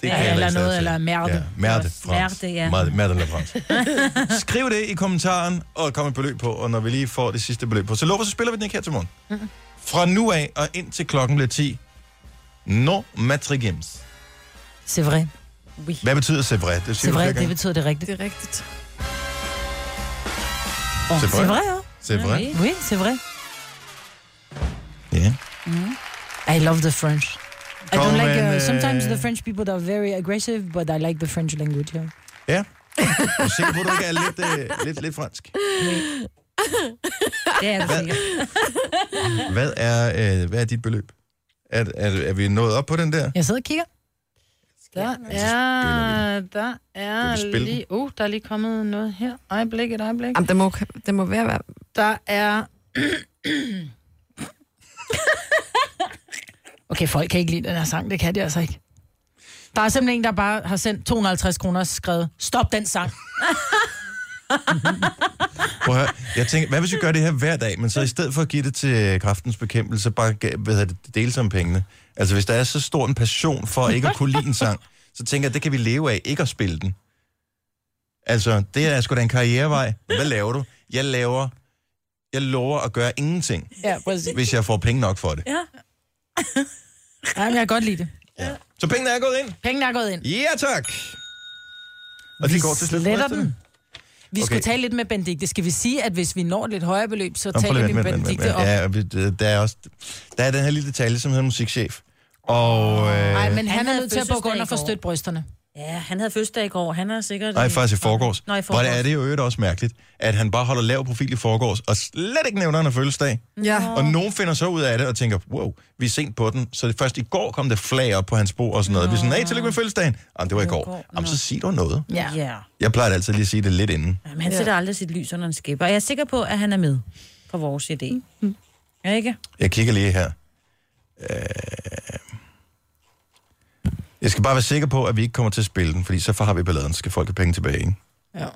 [SPEAKER 1] Det
[SPEAKER 3] Ja,
[SPEAKER 1] jeg heller
[SPEAKER 3] eller
[SPEAKER 1] ikke
[SPEAKER 3] noget,
[SPEAKER 1] sige.
[SPEAKER 3] eller merde.
[SPEAKER 1] Ja, merde, France.
[SPEAKER 2] Merde, ja.
[SPEAKER 1] Merde, merde la France. [LAUGHS] Skriv det i kommentaren, og kom et beløb på, og når vi lige får det sidste beløb på, så lover, så spiller vi den ikke her til morgen. Fra nu af og ind til klokken bliver 10. No matre games.
[SPEAKER 3] C'est vrai.
[SPEAKER 2] Oui.
[SPEAKER 1] Hvad betyder c'est vrai? Det
[SPEAKER 3] C'est
[SPEAKER 1] siger du
[SPEAKER 3] vrai,
[SPEAKER 1] flere
[SPEAKER 3] det
[SPEAKER 1] gange.
[SPEAKER 3] betyder det rigtigt.
[SPEAKER 4] det er rigtigt.
[SPEAKER 1] C'est
[SPEAKER 3] C'est
[SPEAKER 1] vrai.
[SPEAKER 3] vrai, ja.
[SPEAKER 1] C'est vrai.
[SPEAKER 2] Okay.
[SPEAKER 3] Oui, c'est vrai.
[SPEAKER 1] Ja.
[SPEAKER 3] I love the French. I
[SPEAKER 1] Kom
[SPEAKER 3] don't like,
[SPEAKER 1] en,
[SPEAKER 3] uh,
[SPEAKER 1] øh,
[SPEAKER 3] sometimes the French people are very aggressive, but I like the French language, yeah.
[SPEAKER 1] Ja. Du er sikker på, at du ikke er lidt, øh, lidt, lidt fransk.
[SPEAKER 2] [LAUGHS] Det er det sikkert.
[SPEAKER 1] Hvad er, øh, hvad er dit beløb? Er, er, er vi nået op på den der?
[SPEAKER 3] Jeg sidder og kigger.
[SPEAKER 9] Der
[SPEAKER 1] spiller
[SPEAKER 9] er, Uh, der
[SPEAKER 1] Vi
[SPEAKER 9] er
[SPEAKER 1] kan spille
[SPEAKER 9] lige... Uh, der er lige kommet noget her. Øjeblik, et øjeblik.
[SPEAKER 4] Jamen, det må, det må være, være
[SPEAKER 9] Der er...
[SPEAKER 3] [COUGHS] Okay, folk kan ikke lide den her sang, det kan de altså ikke. Der er simpelthen en, der bare har sendt 250 kroner og skrevet, stop den sang.
[SPEAKER 9] [LAUGHS]
[SPEAKER 1] Prøv at høre. Jeg tænker, hvad hvis vi gør det her hver dag, men så i stedet for at give det til kraftens bekæmpelse, bare gav- hvad hedder det, dele sig om pengene. Altså hvis der er så stor en passion for ikke at kunne lide en sang, så tænker jeg, det kan vi leve af, ikke at spille den. Altså, det er sgu da en karrierevej. Hvad laver du? Jeg laver... Jeg lover at gøre ingenting,
[SPEAKER 3] Ja, præcis.
[SPEAKER 1] hvis jeg får penge nok for det.
[SPEAKER 3] Jamen, jeg kan godt lide det.
[SPEAKER 1] Så pengene er gået ind.
[SPEAKER 3] Pengene er gået ind.
[SPEAKER 1] Ja, tak. Og de går til slet
[SPEAKER 3] sletter
[SPEAKER 1] fristerne.
[SPEAKER 3] den. Vi okay.
[SPEAKER 1] Okay.
[SPEAKER 3] skulle tale lidt med Benedikte. Skal vi sige, at hvis vi når et lidt højere beløb, så
[SPEAKER 1] Nå, prøv
[SPEAKER 3] taler vi
[SPEAKER 1] lige
[SPEAKER 3] med
[SPEAKER 1] at vente, vente,
[SPEAKER 3] Benedikte
[SPEAKER 1] vente.
[SPEAKER 3] om...
[SPEAKER 1] Ja, vi- der er også... Der er den her lille detalje, som hedder musikchef. Og... Øh,
[SPEAKER 3] Nej, men han
[SPEAKER 2] Han
[SPEAKER 3] er
[SPEAKER 2] havde
[SPEAKER 3] nødt til at bukke
[SPEAKER 2] fødselsdag
[SPEAKER 3] under
[SPEAKER 2] i
[SPEAKER 3] for
[SPEAKER 2] går.
[SPEAKER 3] støt brysterne.
[SPEAKER 2] Ja, han havde fødselsdag i går. Han er sikkert...
[SPEAKER 1] Nej,
[SPEAKER 2] øh,
[SPEAKER 1] faktisk Mm. i forgårs.
[SPEAKER 2] Nå, i
[SPEAKER 1] Hvor
[SPEAKER 2] forgårs.
[SPEAKER 1] er det jo øvrigt også mærkeligt, at han bare holder lav profil i forgårs, og slet ikke nævner, at han har fødselsdag.
[SPEAKER 4] Ja.
[SPEAKER 1] Og nogen finder så ud af det og tænker, wow, vi er sent på den. Så det først i går kom der flag op på hans bord og sådan noget. Vi er sådan, hey, tillykke med fødselsdagen. Jamen, det var i går. Jamen, så sig dog noget.
[SPEAKER 3] Ja.
[SPEAKER 2] Ja.
[SPEAKER 1] Jeg plejer altid lige at sige det lidt inden.
[SPEAKER 2] Jamen, han sætter aldrig sit lys under en skæppe. Og jeg er sikker på, at han er med på vores idé. Mm. Ja, ikke?
[SPEAKER 1] Jeg kigger lige her. Øh... Jeg skal bare være sikker på, at vi ikke kommer til at spille den, fordi så har vi balladen, så skal folk have penge tilbage. Ikke?
[SPEAKER 3] ja.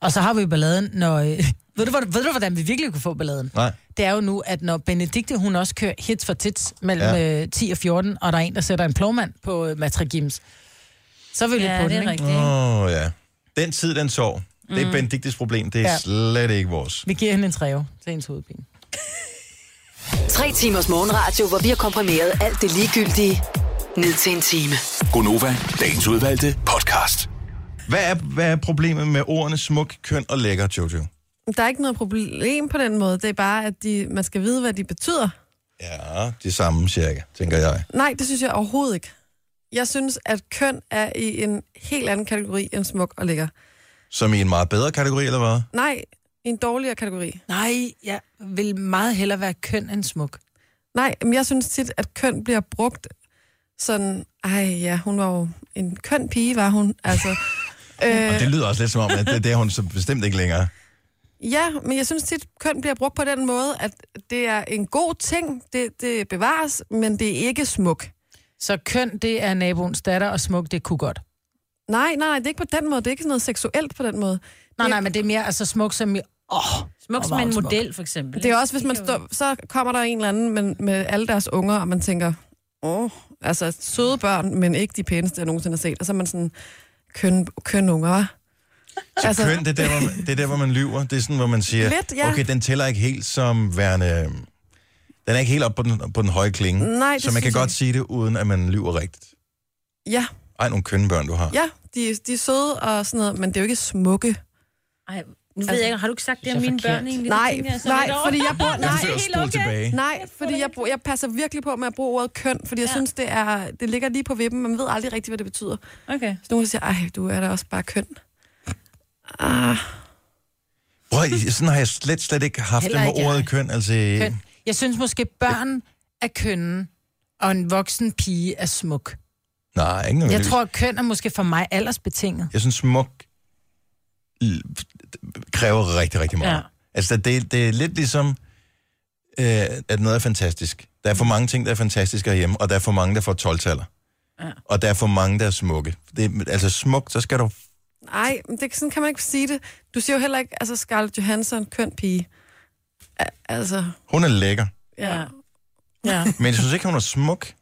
[SPEAKER 3] Og så har vi jo balladen, når... øh, [LAUGHS] ved, du, hvor- ved du, hvordan vi virkelig kunne få balladen?
[SPEAKER 1] Nej.
[SPEAKER 3] Det er jo nu, at når Benedikte, hun også kører hits for tits mellem
[SPEAKER 1] Ja.
[SPEAKER 3] ja. øh, 10 og 14, og der er en, der sætter en plovmand på øh, Matra Gims, så er vi lidt
[SPEAKER 2] Ja,
[SPEAKER 3] på
[SPEAKER 2] det
[SPEAKER 3] den,
[SPEAKER 2] er
[SPEAKER 3] ikke? Mm.
[SPEAKER 2] rigtigt. ikke?
[SPEAKER 1] Åh, oh, ja. Den tid, den sov. Det
[SPEAKER 4] Mm.
[SPEAKER 1] er Ben Digtes problem. Det er
[SPEAKER 3] Ja.
[SPEAKER 1] slet ikke vores.
[SPEAKER 3] Vi giver hende en træve til hendes hovedpine.
[SPEAKER 5] Tre timers morgenradio, hvor vi har komprimeret alt det ligegyldige ned til en time.
[SPEAKER 6] Gonova, dagens udvalgte podcast.
[SPEAKER 1] Hvad er, hvad er problemet med ordene smuk, køn og lækker, Jojo?
[SPEAKER 4] Der er ikke noget problem på den måde. Det er bare, at de, man skal vide, hvad de betyder.
[SPEAKER 1] Ja, det samme cirka, tænker jeg.
[SPEAKER 4] Nej, det synes jeg overhovedet ikke. Jeg synes, at køn er i en helt anden kategori end smuk og lækker.
[SPEAKER 1] Som i en meget bedre kategori, eller hvad?
[SPEAKER 4] Nej, i en dårligere kategori.
[SPEAKER 3] Nej, jeg vil meget hellere være køn end smuk.
[SPEAKER 4] Nej, men jeg synes tit, at køn bliver brugt sådan... Ej, ja, hun var jo en køn pige, var hun.
[SPEAKER 3] [LAUGHS]
[SPEAKER 4] Altså,
[SPEAKER 1] Og
[SPEAKER 4] øh,
[SPEAKER 1] det lyder også lidt som om, at det, det er hun så bestemt ikke længere.
[SPEAKER 4] ja, men jeg synes tit, køn bliver brugt på den måde, at det er en god ting, det, det bevares, men det er ikke smuk.
[SPEAKER 3] Så køn, det er naboens datter, og smuk, det kunne godt.
[SPEAKER 4] Nej, nej, nej, det er ikke på den måde. Det er ikke sådan noget seksuelt på den måde.
[SPEAKER 3] Nej,
[SPEAKER 4] Det-
[SPEAKER 3] nej, men det er mere altså smuk som i... Åh, oh,
[SPEAKER 2] Smuk som en model, for eksempel.
[SPEAKER 4] Det er også, hvis man står, så kommer der en eller anden med, med alle deres unger, og man tænker, åh, altså søde børn, men ikke de pæneste, jeg nogensinde har set. Og så er man sådan, køn, køn unger, hva'?
[SPEAKER 1] Så altså...
[SPEAKER 4] Altså-
[SPEAKER 1] køn, det er, der, hvor man, det er der, hvor man lyver. Det er sådan, hvor man siger,
[SPEAKER 4] Lidt, ja.
[SPEAKER 1] okay, den tæller ikke helt som værende... øh, Den er ikke helt oppe på den, på den høje klinge.
[SPEAKER 4] Nej, det
[SPEAKER 1] så man
[SPEAKER 4] synes
[SPEAKER 1] kan
[SPEAKER 4] jeg
[SPEAKER 1] godt
[SPEAKER 4] ikke.
[SPEAKER 1] sige det, uden at man lyver rigtigt.
[SPEAKER 4] Ja,
[SPEAKER 1] Ej, nogle kønne børn, du har.
[SPEAKER 4] ja, de, de er søde og sådan noget, men det er jo ikke smukke.
[SPEAKER 2] Ej, Nu ved Altså, jeg ikke, har du ikke sagt det
[SPEAKER 4] så
[SPEAKER 2] om mine
[SPEAKER 4] forkert.
[SPEAKER 2] børn egentlig?
[SPEAKER 4] Nej,
[SPEAKER 2] Det tænker jeg så
[SPEAKER 4] nej,
[SPEAKER 2] lidt over.
[SPEAKER 4] fordi jeg bor-
[SPEAKER 1] Jeg forsøger at spole tilbage.
[SPEAKER 4] Nej, fordi jeg, bruger, jeg passer virkelig på med at bruge ordet køn, fordi jeg ja. synes, det, er, det ligger lige på vippen, men man ved aldrig rigtigt, hvad det betyder.
[SPEAKER 2] Okay.
[SPEAKER 4] Så nogen siger, ej, du er da også bare køn. Ah,
[SPEAKER 1] Prøv, at- sådan har jeg slet, slet ikke haft det
[SPEAKER 3] Heller
[SPEAKER 1] med
[SPEAKER 3] ikke
[SPEAKER 1] ordet
[SPEAKER 3] jeg.
[SPEAKER 1] køn. Altså,
[SPEAKER 3] Køn. Jeg synes måske, børn er kønne, og en voksen pige er smuk.
[SPEAKER 1] nej, ikke
[SPEAKER 3] Jeg
[SPEAKER 1] nødvendigvis.
[SPEAKER 3] tror, at køn er måske for mig aldersbetinget.
[SPEAKER 1] Jeg synes, smuk l- kræver rigtig, rigtig meget. Ja.
[SPEAKER 3] Ja.
[SPEAKER 1] Altså, det, det er lidt ligesom, øh, at noget er fantastisk. Der er for mange ting, der er fantastiske herhjemme, og der er for mange, der får 12-taller. Ja.
[SPEAKER 2] Ja.
[SPEAKER 1] Og der er for mange, der er smukke. Det, altså, smukt, så skal du...
[SPEAKER 4] nej, men det, sådan kan man ikke sige det. Du siger jo heller ikke, altså Scarlett Johansson, køn pige. A- altså,
[SPEAKER 1] Hun er lækker,
[SPEAKER 4] ja.
[SPEAKER 2] Ja. Ja.
[SPEAKER 1] men jeg synes ikke, hun er smuk.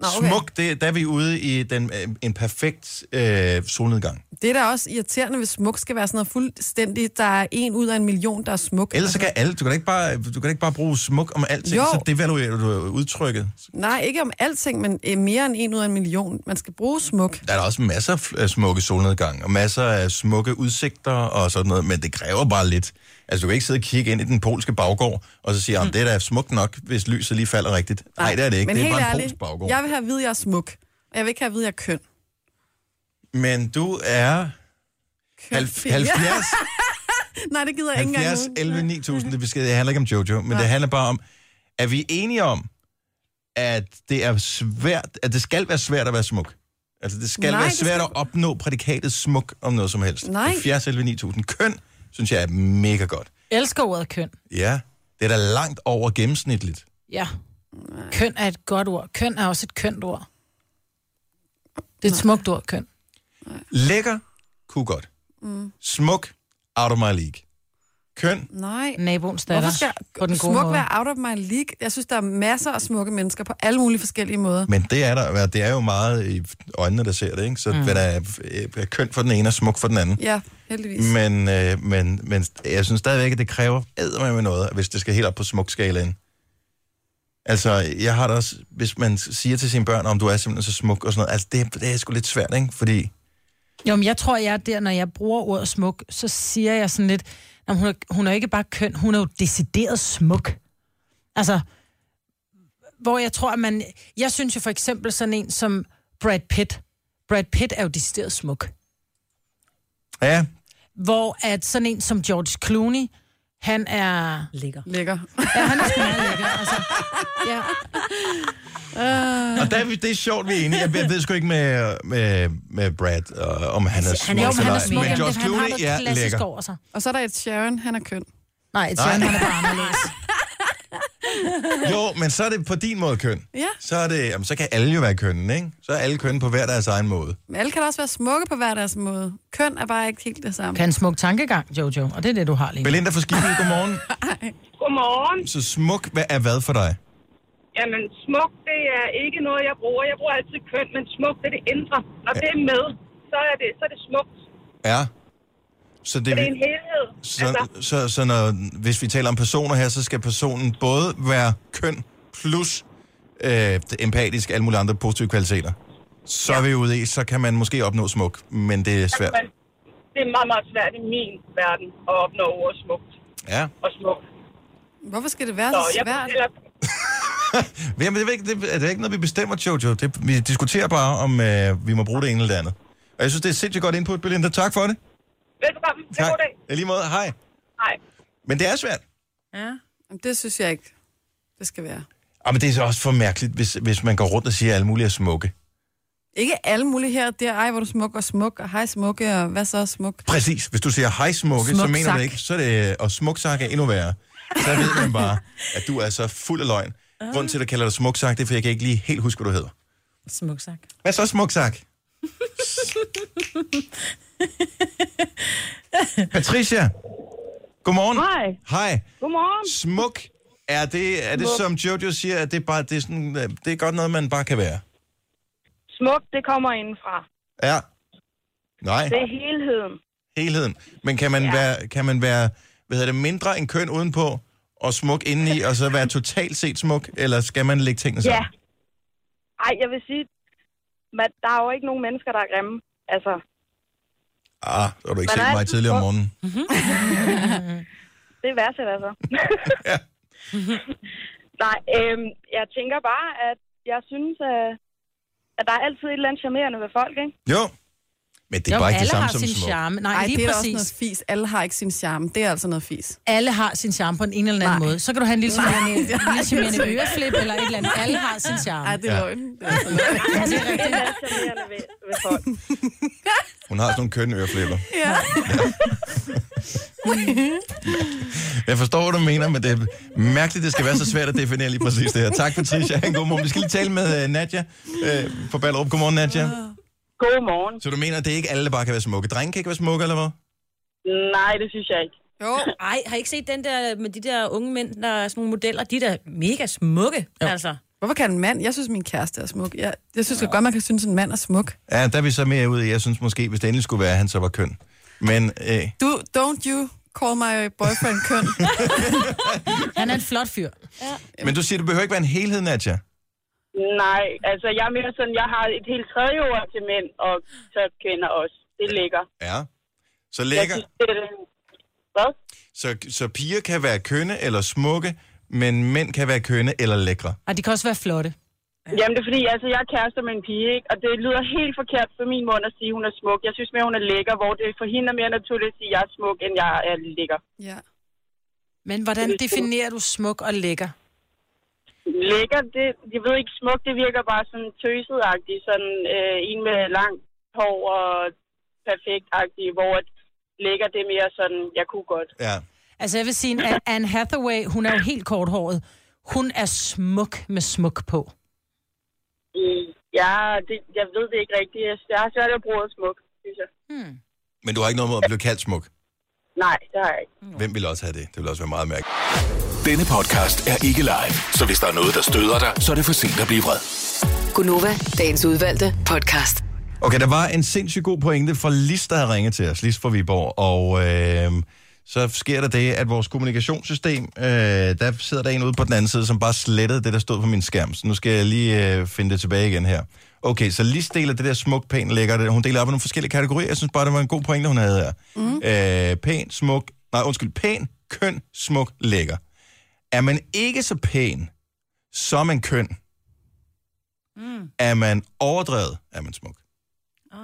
[SPEAKER 4] Nå,
[SPEAKER 1] Okay. Smuk, det, der er vi ude i den, øh, en perfekt øh, solnedgang.
[SPEAKER 4] Det er da også irriterende, hvis smuk skal være sådan noget fuldstændigt. Der er en ud af en million, der er smuk.
[SPEAKER 1] Ellers så kan alle, du kan da ikke bare, du kan da ikke bare bruge smuk om alting,
[SPEAKER 4] Jo.
[SPEAKER 1] så devaluerer du udtrykket.
[SPEAKER 4] Altså, Nej, ikke om alting, men øh, mere end en ud af en million. Man skal bruge smuk.
[SPEAKER 1] Der er da også masser af fl- af smukke solnedgang, og masser af smukke udsigter og sådan noget, men det kræver bare lidt. Altså, du kan ikke sidde og kigge ind i den polske baggård, og så sige, at det er da smukt nok, hvis lyset lige falder rigtigt. Nej, det er det ikke.
[SPEAKER 4] Ah, Men
[SPEAKER 1] det er
[SPEAKER 4] helt
[SPEAKER 1] bare en
[SPEAKER 4] ærligt,
[SPEAKER 1] polsk baggård.
[SPEAKER 4] jeg vil have at vide, at jeg er smuk. Og jeg vil ikke have at vide, at jeg er køn.
[SPEAKER 1] Men du er
[SPEAKER 4] køn
[SPEAKER 1] halv-
[SPEAKER 4] pige.
[SPEAKER 1] 70,
[SPEAKER 4] Nej, det gider jeg ikke engang.
[SPEAKER 1] 70,
[SPEAKER 4] nu.
[SPEAKER 1] 11, 9000. Det, besked, det handler ikke om Jojo, men det handler bare om, er vi enige om, at det er svært, at det skal være svært at være smuk? Altså, det skal Nej,
[SPEAKER 4] Nej,
[SPEAKER 1] være
[SPEAKER 4] det
[SPEAKER 1] svært
[SPEAKER 4] skal-
[SPEAKER 1] at opnå prædikatet smuk om noget som helst.
[SPEAKER 4] Nej.
[SPEAKER 1] 70, 11, 9000. Køn, synes jeg er mega godt.
[SPEAKER 3] Elsker ordet køn.
[SPEAKER 1] Ja, det er da langt over gennemsnitligt.
[SPEAKER 3] Ja. Køn er et godt ord. Køn er også et kønt ord. Det er et smukt ord, køn.
[SPEAKER 1] Lækker, kunne godt. Mm. Smuk, out of my league. Køn,
[SPEAKER 4] Nej.
[SPEAKER 3] Naboens datter.
[SPEAKER 4] Hvorfor skal
[SPEAKER 3] på den gode
[SPEAKER 4] smuk
[SPEAKER 3] måde.
[SPEAKER 4] være out of my league? Jeg synes, der er masser af smukke mennesker på alle mulige forskellige måder.
[SPEAKER 1] men det er, der, det er jo meget i øjnene, der ser det, ikke? Så mm. hvad der er, er køn for den ene og smuk for den anden.
[SPEAKER 4] Ja, heldigvis.
[SPEAKER 1] Men, øh, men, men jeg synes stadigvæk, at det kræver æder med noget, hvis det skal helt op på smukskalaen. Altså, jeg har da også, hvis man siger til sine børn, om du er simpelthen så smuk og sådan noget, altså det, det er sgu lidt svært, ikke? Fordi
[SPEAKER 3] Jo, men jeg tror, jeg er der, når jeg bruger ordet smuk, så siger jeg sådan lidt, at hun, er, hun er ikke bare køn, hun er jo decideret smuk. Altså, hvor jeg tror, at man... Jeg synes jo for eksempel sådan en som Brad Pitt. Brad Pitt er jo decideret smuk.
[SPEAKER 1] ja,
[SPEAKER 3] Hvor at sådan en som George Clooney, han er...
[SPEAKER 2] Ligger.
[SPEAKER 4] Lækker.
[SPEAKER 3] Ja, han er sgu meget lækker. Altså, ja.
[SPEAKER 1] Og der, er vi- det er sjovt, vi er enige. Jeg ved, jeg ved sgu ikke med, med, med Brad, og, om han er smuk
[SPEAKER 2] er
[SPEAKER 3] Jo,
[SPEAKER 2] ikke
[SPEAKER 3] men han
[SPEAKER 1] eller
[SPEAKER 3] er
[SPEAKER 1] ej.
[SPEAKER 3] smuk,
[SPEAKER 1] Men
[SPEAKER 3] men
[SPEAKER 1] George
[SPEAKER 3] han har
[SPEAKER 1] Clooney
[SPEAKER 3] noget
[SPEAKER 1] er
[SPEAKER 3] klassisk
[SPEAKER 1] lækker.
[SPEAKER 3] over sig.
[SPEAKER 4] [LAUGHS] Og så er der et Sharon, han er køn.
[SPEAKER 3] Nej, et
[SPEAKER 1] Nej.
[SPEAKER 3] Sjøren, han er bare anderledes.
[SPEAKER 1] Jo, men så er det på din måde køn.
[SPEAKER 4] Ja.
[SPEAKER 1] Så, er det, jamen, så kan alle jo være kønne, ikke? Så er alle kønne på hver deres egen måde.
[SPEAKER 4] Men alle kan da også være smukke på hver deres måde. Køn er bare ikke helt det samme.
[SPEAKER 3] [LAUGHS] Kan en smuk tankegang, Jojo, og det er det, du har lige.
[SPEAKER 1] Belinda for Skibby, godmorgen.
[SPEAKER 10] Godmorgen.
[SPEAKER 1] Så smuk, hvad er hvad for dig?
[SPEAKER 10] Jamen, smuk, det er ikke noget, jeg bruger. Jeg bruger altid køn, men smuk, det er det indre. Når det er med, så er det, så er det smukt.
[SPEAKER 1] Ja. Så, det,
[SPEAKER 10] Det er en helhed.
[SPEAKER 1] så, så, så når, hvis vi taler om personer her, så skal personen både være køn plus øh, empatisk, alle mulige andre positive kvaliteter. Så er vi ude i, så kan man måske opnå smuk, men det er svært.
[SPEAKER 10] men det er meget, meget svært i min verden at opnå ordet smukt
[SPEAKER 1] Ja.
[SPEAKER 10] og smuk.
[SPEAKER 4] Hvorfor skal det være
[SPEAKER 10] Så
[SPEAKER 4] så
[SPEAKER 10] jeg
[SPEAKER 4] svært?
[SPEAKER 10] eller,
[SPEAKER 1] Jamen, det er, ikke, det, er, det er ikke noget, vi bestemmer, Jojo. Det, vi diskuterer bare, om øh, vi må bruge det ene eller det andet. Og jeg synes, det er sindssygt godt input, Belinda. Tak for det.
[SPEAKER 10] velkommen. Tak. God dag.
[SPEAKER 1] Ja, lige måde. Hej.
[SPEAKER 10] Hej.
[SPEAKER 1] Men det er svært.
[SPEAKER 2] Ja.
[SPEAKER 4] Jamen, det synes jeg ikke, det skal være.
[SPEAKER 1] Ah, men det er så også for mærkeligt, hvis, hvis man går rundt og siger, at alle mulige er smukke.
[SPEAKER 4] Ikke alle mulige her og der. Ej, hvor er du smuk og smuk, og hej smukke, og hvad så smuk?
[SPEAKER 1] Præcis. Hvis du siger hej smukke, så
[SPEAKER 4] Smuk
[SPEAKER 1] mener man
[SPEAKER 4] sak.
[SPEAKER 1] ikke. Så er det, øh, og smuksak er endnu værre. Så ved man bare, at du er så fuld af løgn. Grunden til, at jeg kalder dig smuksak, det er, fordi jeg kan ikke lige helt huske, hvad du hedder.
[SPEAKER 2] Smuk sagt.
[SPEAKER 1] Hvad
[SPEAKER 4] [LAUGHS]
[SPEAKER 1] så smuksak? Patricia. Godmorgen.
[SPEAKER 10] Hej.
[SPEAKER 1] Hej.
[SPEAKER 10] Godmorgen.
[SPEAKER 1] Smuk. Er det, er det som Jojo siger, at det er, bare, det, er sådan, øh, det er godt noget, man bare kan være?
[SPEAKER 10] Smuk, det kommer indenfra.
[SPEAKER 1] Ja. Nej,
[SPEAKER 10] Det er helheden.
[SPEAKER 1] helheden. Men kan man, ja. være, kan man være hvad hedder det, mindre end køn udenpå, og smuk indeni, og så være totalt set smuk, eller skal man lægge
[SPEAKER 10] Ja.
[SPEAKER 1] tingene sammen?
[SPEAKER 10] Ej, jeg vil sige, man, der er jo ikke nogen mennesker, der er grimme. Altså,
[SPEAKER 1] Ah, så har du ikke
[SPEAKER 10] Men
[SPEAKER 1] set
[SPEAKER 10] nej,
[SPEAKER 1] mig tidligere om morgenen.
[SPEAKER 10] det værdsætter jeg så. Nej, øhm, jeg tænker bare, at jeg synes, at, at der er altid et eller andet charmerende ved folk, ikke?
[SPEAKER 1] Jo. Men det er bare ikke det samme som smuk.
[SPEAKER 3] Nej,
[SPEAKER 4] Ej,
[SPEAKER 3] lige
[SPEAKER 4] det er da
[SPEAKER 3] præcis.
[SPEAKER 4] også noget fis. Alle har ikke sin charme. Det er altså noget fis.
[SPEAKER 3] Alle har sin charme på en, en eller anden
[SPEAKER 4] Nej.
[SPEAKER 3] måde. Så kan du have en lille
[SPEAKER 4] Nej,
[SPEAKER 2] [LAUGHS]
[SPEAKER 3] charmerende,
[SPEAKER 4] det er
[SPEAKER 3] lille
[SPEAKER 2] altså
[SPEAKER 3] charmerende
[SPEAKER 4] ikke.
[SPEAKER 3] øreflip eller et eller andet. Alle har sin charme.
[SPEAKER 4] Ej, det er altså
[SPEAKER 1] Ja.
[SPEAKER 4] løgn. [LAUGHS]
[SPEAKER 3] Ja, det er
[SPEAKER 10] Et
[SPEAKER 3] rigtigt.
[SPEAKER 10] eller andet charmerende ved, ved folk.
[SPEAKER 1] Hun har sådan nogle kønne øreflipper.
[SPEAKER 10] Ja.
[SPEAKER 1] Jeg forstår, hvad du mener, men det er mærkeligt, det skal være så svært at definere lige præcis det her. Tak, Patricia. Ha' en god morgen. Vi skal lige tale med uh, Nadja uh, på Ballerup. Godmorgen, Nadja.
[SPEAKER 10] Godmorgen.
[SPEAKER 1] Så du mener, at det er ikke alle, der bare kan være smukke? Drenge kan ikke være smukke, eller hvad?
[SPEAKER 10] Nej, det synes jeg ikke.
[SPEAKER 4] Jo.
[SPEAKER 2] Ej, har I ikke set den der med de der unge mænd, der er sådan nogle modeller? De er da mega smukke, jo. altså.
[SPEAKER 4] Hvorfor kan en mand? Jeg synes, min kæreste er smuk. Jeg, jeg synes da godt, man kan synes, en mand er smuk.
[SPEAKER 1] Ja, der er vi så mere ude i. Jeg synes måske, hvis det endelig skulle være, at han så var køn. Men øh,
[SPEAKER 4] Du, don't you call my boyfriend køn.
[SPEAKER 3] Han er en flot fyr.
[SPEAKER 1] Men du siger, det behøver ikke være en helhed, Nadja.
[SPEAKER 10] Nej, altså jeg er mere sådan, jeg har et helt tredje ord til mænd, og så kvinder også. Det ligger.
[SPEAKER 1] Ja. Så
[SPEAKER 10] Jeg
[SPEAKER 1] lækker.
[SPEAKER 10] synes, det er det. Hvad?
[SPEAKER 1] Så, så piger kan være kønne eller smukke, men mænd kan være kønne eller lækre.
[SPEAKER 3] Og de kan også være flotte.
[SPEAKER 10] Jamen det er fordi, altså jeg er kærester med en pige, ikke? og det lyder helt forkert for min mund at sige, at hun er smuk. Jeg synes mere, hun er lækker, hvor det for hende er mere naturligt at sige, at jeg er smuk, end jeg er lækker.
[SPEAKER 4] [LAUGHS] Ja.
[SPEAKER 3] Men hvordan definerer du smuk og lækker?
[SPEAKER 10] Lækker, det, jeg ved ikke, smuk, det virker bare sådan tøset-agtigt, sådan øh, en med langt hår og perfekt-agtigt, hvor at lækker det er mere sådan, jeg kunne godt.
[SPEAKER 1] Ja.
[SPEAKER 3] Altså, jeg vil sige, at Anne Hathaway, hun er jo helt korthåret. Hun er smuk med smuk på.
[SPEAKER 10] Øh, Ja, det, jeg ved det ikke rigtigt. Jeg- Jeg har svært ved at bruge ordet smuk, synes jeg.
[SPEAKER 3] Hmm.
[SPEAKER 1] Men du har ikke noget mod at blive kaldt smuk.
[SPEAKER 10] Nej, det har jeg ikke.
[SPEAKER 1] Hvem ville også have det? Det ville også være meget mærkeligt.
[SPEAKER 6] Denne podcast er ikke live, så hvis der er noget, der støder dig, så er det for sent at blive vred.
[SPEAKER 5] Gunova, dagens udvalgte podcast.
[SPEAKER 1] Okay, der var en sindssygt god pointe fra Lis, der havde ringet til os. Lis fra Viborg. Og øh, så sker der det, at vores kommunikationssystem, øh, der sidder der en ude på den anden side, som bare slettede det, der stod på min skærm. Så nu skal jeg lige øh, finde det tilbage igen her. Okay, så Lis deler det der smuk, pæn, lækker. Det- Hun deler op i nogle forskellige kategorier. Jeg synes bare, det var en god pointe, hun havde her. Mm. Øh, pæn, smuk, nej undskyld, pæn, køn, smuk, lækker. Er man ikke så pæn, så er man køn. Mm. Er man overdrevet, er man smuk.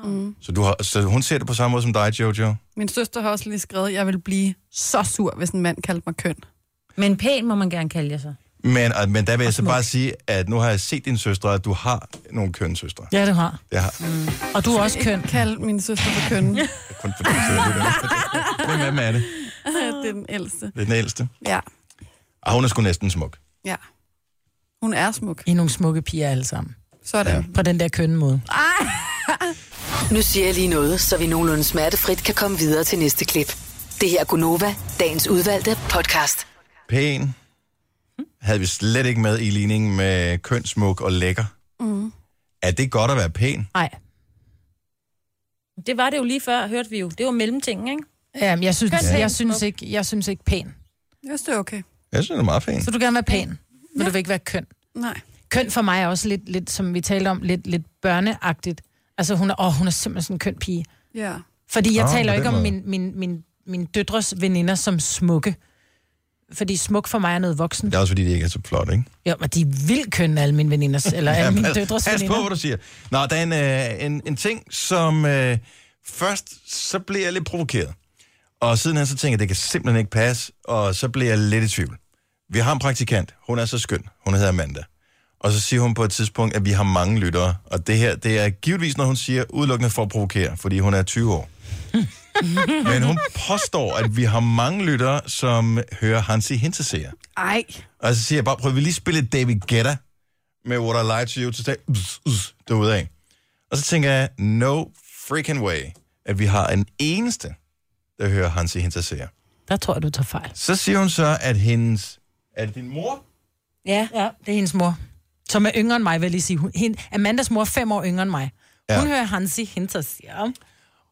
[SPEAKER 4] Mm.
[SPEAKER 1] Så, du har, så hun ser det på samme måde som dig, Jojo?
[SPEAKER 4] Min søster har også lige skrevet, at jeg ville blive så sur, hvis en mand kaldte mig køn.
[SPEAKER 2] Men pæn må man gerne kalde jer så.
[SPEAKER 1] Men, og, men der vil jeg så bare sige, at nu har jeg set din søstre, at du har nogle kønssøstre.
[SPEAKER 3] Ja, det har.
[SPEAKER 1] Det har
[SPEAKER 3] Og du er også køn.
[SPEAKER 4] Kald min søster for [LAUGHS] køn.
[SPEAKER 1] jeg kun fordi, du siger det. Hvem af dem er det?
[SPEAKER 4] det er den ældste.
[SPEAKER 1] Det er den ældste.
[SPEAKER 4] Ja,
[SPEAKER 1] Og hun er sgu næsten smuk.
[SPEAKER 4] ja. Hun er smuk.
[SPEAKER 3] I er nogle smukke piger alle sammen.
[SPEAKER 4] Sådan.
[SPEAKER 3] På den der kønne måde.
[SPEAKER 5] Nu siger jeg lige noget, så vi nogenlunde smertefrit kan komme videre til næste klip. Det her er Gunova, dagens udvalgte podcast.
[SPEAKER 1] Pæn. Havde vi slet ikke med i ligningen med kønssmuk og lækker.
[SPEAKER 4] Mm.
[SPEAKER 1] Er det godt at være pæn?
[SPEAKER 3] Nej.
[SPEAKER 2] Det var det jo lige før, hørte vi jo. Det var mellemtingen, ikke?
[SPEAKER 3] Jamen, jeg synes,
[SPEAKER 2] Køn, pæn,
[SPEAKER 3] jeg synes
[SPEAKER 2] smuk.
[SPEAKER 3] ikke, jeg synes ikke pæn.
[SPEAKER 4] Jeg synes, det er okay.
[SPEAKER 1] Jeg synes, det er meget pæn.
[SPEAKER 3] Så du gerne være pæn, men du vil ikke være køn.
[SPEAKER 4] Nej.
[SPEAKER 3] Køn for mig er også lidt, lidt som vi talte om, lidt, lidt børneagtigt. Altså, hun er, åh, hun er simpelthen sådan en køn pige.
[SPEAKER 4] Ja.
[SPEAKER 3] Fordi jeg
[SPEAKER 1] Nå,
[SPEAKER 3] taler
[SPEAKER 1] på
[SPEAKER 3] ikke
[SPEAKER 1] den
[SPEAKER 3] om
[SPEAKER 1] måde.
[SPEAKER 3] min, min, min, min døtres veninder som smukke. Fordi smuk for mig er noget voksen.
[SPEAKER 1] Det er også fordi, det ikke er så flot, ikke?
[SPEAKER 3] Jo, men de er vildt kønne, alle mine veninders,
[SPEAKER 1] [LAUGHS]
[SPEAKER 3] eller alle mine døtres
[SPEAKER 1] pas på, hvad
[SPEAKER 3] veninder.
[SPEAKER 1] du siger. Nå, der er en, øh, en, en ting, som øh, først, så bliver jeg lidt provokeret. Og sidenhen så tænker jeg, det kan simpelthen ikke passe, og så bliver jeg lidt i tvivl. Vi har en praktikant, hun er så skøn, hun hedder Amanda. Og så siger hun på et tidspunkt, at vi har mange lyttere, og det her, det er givetvis, når hun siger, udelukkende for at provokere, fordi hun er 20
[SPEAKER 3] [LAUGHS]
[SPEAKER 1] år. Men hun påstår, at vi har mange lyttere, som hører Hansi Hinterseer.
[SPEAKER 4] Ej.
[SPEAKER 1] Og så siger jeg bare, prøv vi lige spille lidt David Guetta med What I Lied to You Today, Bzz, bzz, derudad. Og så tænker jeg, no freaking way, at vi har en eneste, der hører Hansi Hinterseer.
[SPEAKER 3] Der tror jeg, du tager fejl.
[SPEAKER 1] Så siger hun så, at hendes... Er det din mor?
[SPEAKER 2] Ja.
[SPEAKER 3] Ja, det er hendes mor. Som er yngre end mig, vil jeg lige sige. Hun, hende, Amandas mor er fem år yngre end mig.
[SPEAKER 1] Ja.
[SPEAKER 3] Hun hører Hansi Hinters. Ja.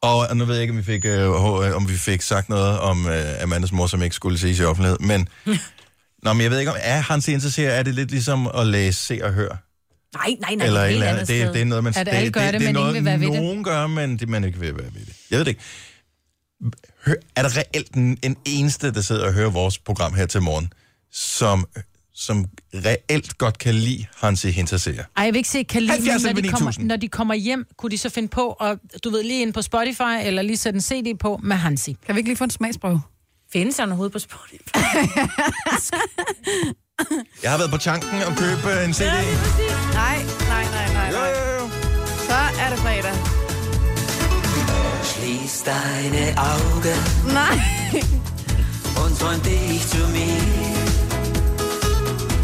[SPEAKER 1] Og nu ved jeg ikke, om vi fik, øh, hå- øh, om vi fik sagt noget om øh, Amandas mor, som ikke skulle ses i offentlighed, men... Nå, men jeg ved ikke, om er Hansi Hinterseer, er det lidt ligesom at læse Se og Hør?
[SPEAKER 2] Nej, nej, nej.
[SPEAKER 1] eller et
[SPEAKER 2] helt
[SPEAKER 1] eller
[SPEAKER 2] andet
[SPEAKER 1] andet.
[SPEAKER 2] sted.
[SPEAKER 1] Det, det er noget, man,
[SPEAKER 3] At alle gør det,
[SPEAKER 1] er
[SPEAKER 3] men ingen
[SPEAKER 1] noget,
[SPEAKER 3] vil være ved det.
[SPEAKER 1] nogen gør, men det, man ikke vil være ved det. Jeg ved det ikke. hø- er der reelt en, en eneste, der sidder og hører vores program her til morgen, som, som reelt godt kan lide Hansi Hinterseer?
[SPEAKER 3] Ej, jeg vil ikke se Kalin,
[SPEAKER 1] 70
[SPEAKER 3] når, de
[SPEAKER 1] 9000.
[SPEAKER 3] kommer, når de kommer hjem, kunne de så finde på, og du ved, lige ind på Spotify, eller lige sætte en CD på med Hansi.
[SPEAKER 4] Kan vi ikke lige få en smagsprøve?
[SPEAKER 2] Findes han overhovedet på Spotify?
[SPEAKER 1] Jeg har været på tanken og købe en CD.
[SPEAKER 4] Nej, nej, nej, nej, nej. Så er det fredag.
[SPEAKER 7] Schließ deine Augen
[SPEAKER 4] Nej.
[SPEAKER 7] und träum dich zu mir.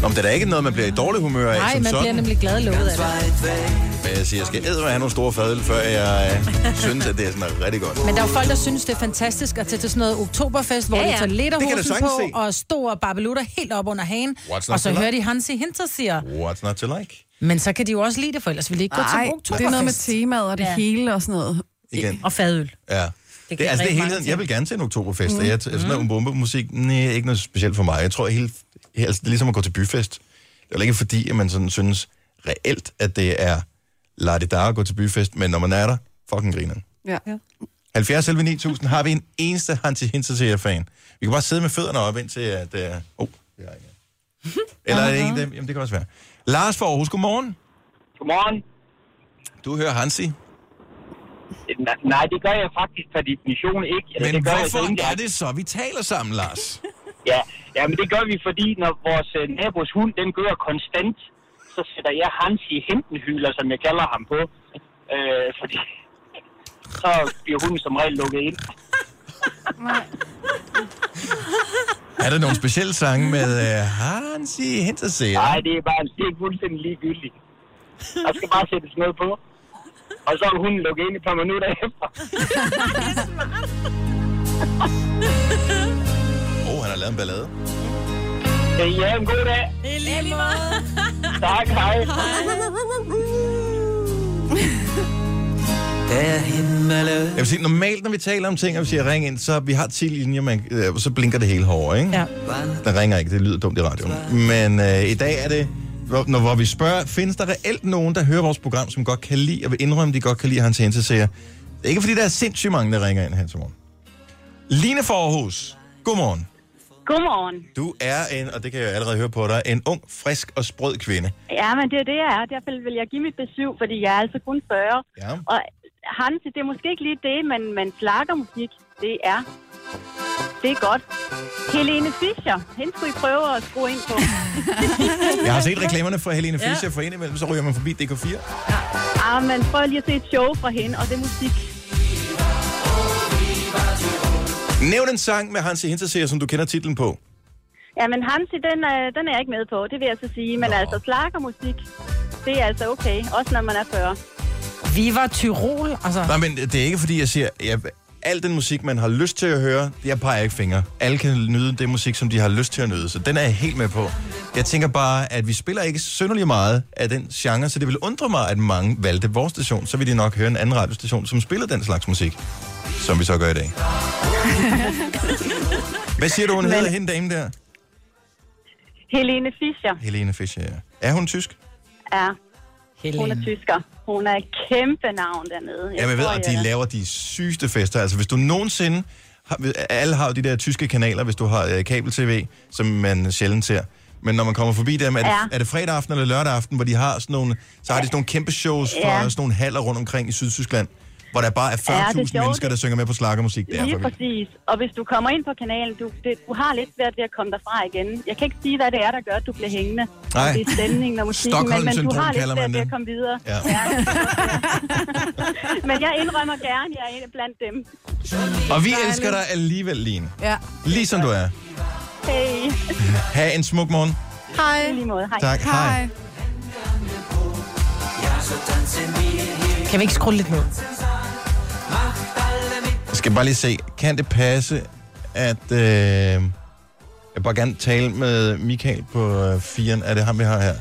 [SPEAKER 1] Nå, men det er da ikke noget, man bliver i dårlig humør af
[SPEAKER 3] Nej,
[SPEAKER 1] som
[SPEAKER 3] man
[SPEAKER 1] sådan.
[SPEAKER 3] bliver nemlig glad og lovet af det.
[SPEAKER 1] Men jeg siger, jeg skal eddermame have nogle store fadøl, før jeg øh, synes, at det er sådan rigtig godt.
[SPEAKER 3] [LAUGHS] Men der er jo folk, der synes, det er fantastisk at tage til sådan noget oktoberfest, hvor
[SPEAKER 1] Ja,
[SPEAKER 3] ja, ja.
[SPEAKER 1] ja.
[SPEAKER 3] de tager
[SPEAKER 1] Det
[SPEAKER 3] lederhosen
[SPEAKER 1] kan jeg
[SPEAKER 3] på,
[SPEAKER 1] sagtens se.
[SPEAKER 3] og store barbelutter helt op under hagen,
[SPEAKER 1] What's not
[SPEAKER 3] og så
[SPEAKER 1] to
[SPEAKER 3] hører
[SPEAKER 1] like?
[SPEAKER 3] de Hansi hinter siger.
[SPEAKER 1] What's not to like?
[SPEAKER 3] Men så kan de jo også lide det, for ellers ville de ikke gå
[SPEAKER 4] Nej,
[SPEAKER 3] til oktoberfest.
[SPEAKER 4] det er noget med temaet og det ja. hele og sådan noget.
[SPEAKER 1] Igen.
[SPEAKER 3] Og fadøl.
[SPEAKER 1] Ja. Det, det,
[SPEAKER 4] kan
[SPEAKER 1] altså, det er
[SPEAKER 4] rigtig
[SPEAKER 1] hele
[SPEAKER 4] mange
[SPEAKER 1] tiden.
[SPEAKER 4] ting.
[SPEAKER 1] Jeg vil gerne til en oktoberfest.
[SPEAKER 4] Mm.
[SPEAKER 1] Mm. Jeg, altså, sådan noget bombe musik, nej, ikke noget specielt for mig. Jeg tror helt, helt altså, det er ligesom at gå til byfest. Det er jo ikke fordi, at man sådan synes reelt, at det er la det at gå til byfest, men når man er der, fucking griner.
[SPEAKER 4] Ja. ja.
[SPEAKER 1] 70 11 9000 har vi en eneste Hansi Hinterseer fan. Vi kan bare sidde med fødderne op indtil, at det er... Oh, det er ikke.
[SPEAKER 11] [LAUGHS]
[SPEAKER 1] Eller er det ikke dem? Jamen, det kan også være. Lars for Aarhus, godmorgen.
[SPEAKER 11] Godmorgen.
[SPEAKER 1] Du hører Hansi.
[SPEAKER 11] Nej, nej, det gør jeg faktisk per definition ikke. Eller
[SPEAKER 1] Men
[SPEAKER 11] det gør
[SPEAKER 1] hvorfor
[SPEAKER 11] jeg ikke.
[SPEAKER 1] er det så, vi taler sammen, Lars?
[SPEAKER 11] Ja, ja, men det gør vi, fordi når vores øh, nabos hund, den gør konstant, så sætter jeg hans i hentenhyler, som jeg kalder ham på. Øh, fordi så bliver hunden som regel lukket ind.
[SPEAKER 1] Er der nogle specielle sange med uh, Hansi Hinterseer?
[SPEAKER 11] Nej, det er bare en stik fuldstændig ligegyldig. Der skal bare sættes noget på. Og så er hunden lukket ind et par minutter [LAUGHS] efter.
[SPEAKER 1] Åh, oh, han har lavet en ballade.
[SPEAKER 11] Øh, ja, en god dag.
[SPEAKER 2] I lige måde.
[SPEAKER 11] [LAUGHS] Tak, hej.
[SPEAKER 1] Jeg vil sige, normalt, når vi taler om ting, og vi siger ring ind, så vi har 10 linjer, man, øh, så blinker det hele hårdere, ikke? Ja. Der ringer ikke, det lyder dumt i radioen. Men øh, i dag er det, hvor, når hvor vi spørger, findes der reelt nogen, der hører vores program, som godt kan lide, og vil indrømme, de godt kan lide hans hensesager? Det er ikke, fordi der er sindssygt mange, der ringer ind her til morgen. Line Forhus, godmorgen.
[SPEAKER 12] Godmorgen.
[SPEAKER 1] Du er en, og det kan jeg jo allerede høre på dig, en ung, frisk og sprød kvinde.
[SPEAKER 12] Ja, men det er jo det, jeg er. Derfor vil jeg give mit besøg, fordi jeg er altså kun 40.
[SPEAKER 1] Ja.
[SPEAKER 12] Og Hansi, det er måske ikke lige det, men, men musik, det er. Det er godt. Helene Fischer, hende skulle I prøve at skrue ind
[SPEAKER 1] [LAUGHS]
[SPEAKER 12] på.
[SPEAKER 1] Jeg har set reklamerne fra Helene
[SPEAKER 12] Ja.
[SPEAKER 1] Fischer, for indimellem, så ryger man forbi DK4.
[SPEAKER 12] ah, men prøv lige at se et show fra hende, og det musik.
[SPEAKER 1] Nævn en sang med Hansi Hinterseer, som du kender titlen på.
[SPEAKER 12] Ja, men Hansi, den, øh, den er jeg ikke med på, det vil jeg så sige. Men Nå. altså, musik, det er altså okay, også når man er 40.
[SPEAKER 3] Viva Tyrol, altså.
[SPEAKER 1] Nej, men det er ikke, fordi jeg siger, jeg, al den musik, man har lyst til at høre, jeg peger ikke fingre. Alle kan nyde det musik, som de har lyst til at nyde, så den er jeg helt med på. Jeg tænker bare, at vi spiller ikke synderlig meget af den genre, så det vil undre mig, at mange valgte vores station. Så vil de nok høre en anden radiostation, som spiller den slags musik, som vi så gør i dag. Hvad siger du, hun hedder, hende dame der?
[SPEAKER 12] Helene Fischer
[SPEAKER 1] Helene Fischer, ja. Er hun tysk?
[SPEAKER 12] er...
[SPEAKER 3] Helene.
[SPEAKER 12] Hun er tysker. Hun er et kæmpe navn dernede.
[SPEAKER 1] Ja, men ved,
[SPEAKER 12] tror,
[SPEAKER 1] og de
[SPEAKER 12] jeg-
[SPEAKER 1] laver de sygeste fester. Altså, hvis du nogensinde... Har, alle har jo de der tyske kanaler, hvis du har øh, kabel-tv, som man sjældent ser. Men når man kommer forbi dem, er det,
[SPEAKER 12] Ja.
[SPEAKER 1] er det fredag aften eller lørdag aften, hvor de har sådan nogle, så har de sådan nogle kæmpe shows fra
[SPEAKER 12] Ja.
[SPEAKER 1] sådan nogle haller rundt omkring i Sydtyskland, hvor der bare er 40.000
[SPEAKER 12] Ja, det er sjovt,
[SPEAKER 1] mennesker, der synger med på slagermusik. Det er
[SPEAKER 12] Lige
[SPEAKER 1] for vildt.
[SPEAKER 12] præcis. Og hvis du kommer ind på kanalen, du, det, du har lidt svært ved at komme derfra igen. Jeg kan ikke sige, hvad det er, der gør, at du bliver hængende.
[SPEAKER 1] Nej.
[SPEAKER 12] Det er stemningen og musikken, men, men du
[SPEAKER 1] Stockholm-syndrom
[SPEAKER 12] har lidt
[SPEAKER 1] kalder
[SPEAKER 12] svært
[SPEAKER 1] man
[SPEAKER 12] ved
[SPEAKER 1] det.
[SPEAKER 12] at komme videre.
[SPEAKER 1] Ja.
[SPEAKER 12] men jeg indrømmer gerne, jeg er blandt dem.
[SPEAKER 1] Og vi elsker dig alligevel, Line.
[SPEAKER 12] Ja.
[SPEAKER 1] Ligesom du er.
[SPEAKER 12] Hey.
[SPEAKER 1] Ha' en smuk morgen.
[SPEAKER 12] Hej. I lige måde. Hej.
[SPEAKER 1] Tak. Hej. Hej.
[SPEAKER 3] Kan vi ikke skrue lidt ned?
[SPEAKER 1] Jeg skal bare lige se, kan det passe, at øh, jeg vil bare gerne tale med Michael på øh, firen. Er det ham, vi har her?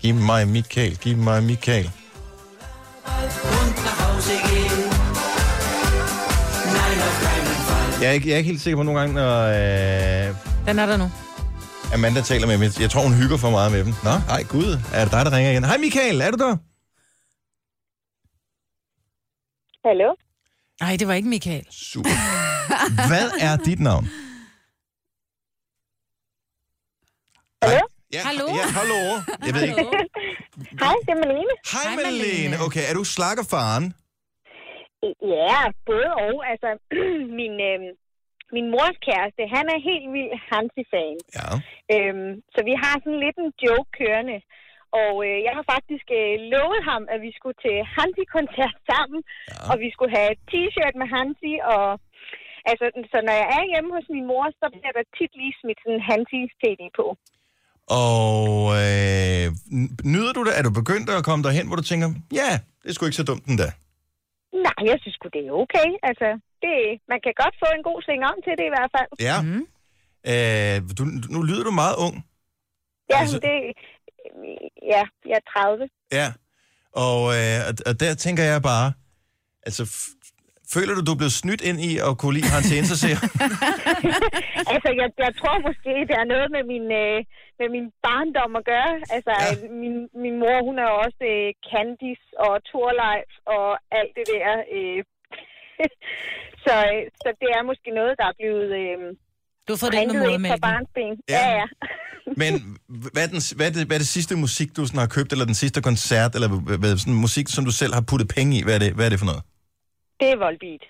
[SPEAKER 1] Giv mig Michael, giv mig Michael. Jeg er ikke, jeg er ikke helt sikker på nogle gange, når øh,
[SPEAKER 3] Den er der nu.
[SPEAKER 1] Amanda taler med dem. Jeg tror, hun hygger for meget med dem. Nå, ej gud, er det dig, der ringer igen? Hej Michael, er du der?
[SPEAKER 13] Hallo?
[SPEAKER 3] Nej, det var ikke Michael.
[SPEAKER 1] Super. Hvad er dit navn? Hallo? Ja,
[SPEAKER 7] Hallo?
[SPEAKER 1] Ja, hallo. Jeg ved ikke.
[SPEAKER 13] Hej, det er Malene.
[SPEAKER 1] Hej, Malene. Okay, er du slakkerfaren?
[SPEAKER 13] Ja, både og. Altså, [CLEARS THROAT] min, øh, min mors kæreste, han er helt vild Hansi-fan.
[SPEAKER 1] Ja.
[SPEAKER 13] Øhm, så vi har sådan lidt en joke kørende. Og øh, jeg har faktisk øh, lovet ham, at vi skulle til Hansi-koncert sammen, ja. og vi skulle have et t-shirt med Hansi, og altså, så når jeg er hjemme hos min mor, så bliver der tit lige smidt sådan en Hansi-CD på.
[SPEAKER 1] Og øh, n- nyder du det? Er du begyndt at komme derhen, hvor du tænker, ja, det er sgu ikke så dumt den der?
[SPEAKER 13] Nej, jeg synes sgu, det er okay. Altså, det, man kan godt få en god sving om til det i hvert fald.
[SPEAKER 1] Ja. Mm. Øh, du, nu lyder du meget ung.
[SPEAKER 13] Ja,
[SPEAKER 1] Altså-
[SPEAKER 13] det, ja jeg er 30.
[SPEAKER 1] Ja. Og, øh, og- og der tænker jeg bare, altså, f- føler du, du er blevet snydt ind i at kunne lide hans interesser?
[SPEAKER 13] altså, jeg, jeg tror måske, det er noget med min, øh, med min barndom at gøre. Altså, ja. min, min mor, hun er jo også øh, Candice og Torleif og alt det der. Øh. [LAUGHS] så, øh, så det er måske noget, der er blevet... Øh,
[SPEAKER 2] du har fået det ind med modermælken.
[SPEAKER 13] Ja, ja. ja.
[SPEAKER 1] Men h- hvad er, den, s- hvad, er det, hvad er det sidste musik, du sådan har købt, eller den sidste koncert, eller h- hvad, sådan musik, som du selv har puttet penge i? Hvad er det, hvad er det for noget?
[SPEAKER 13] Det er voldbeat.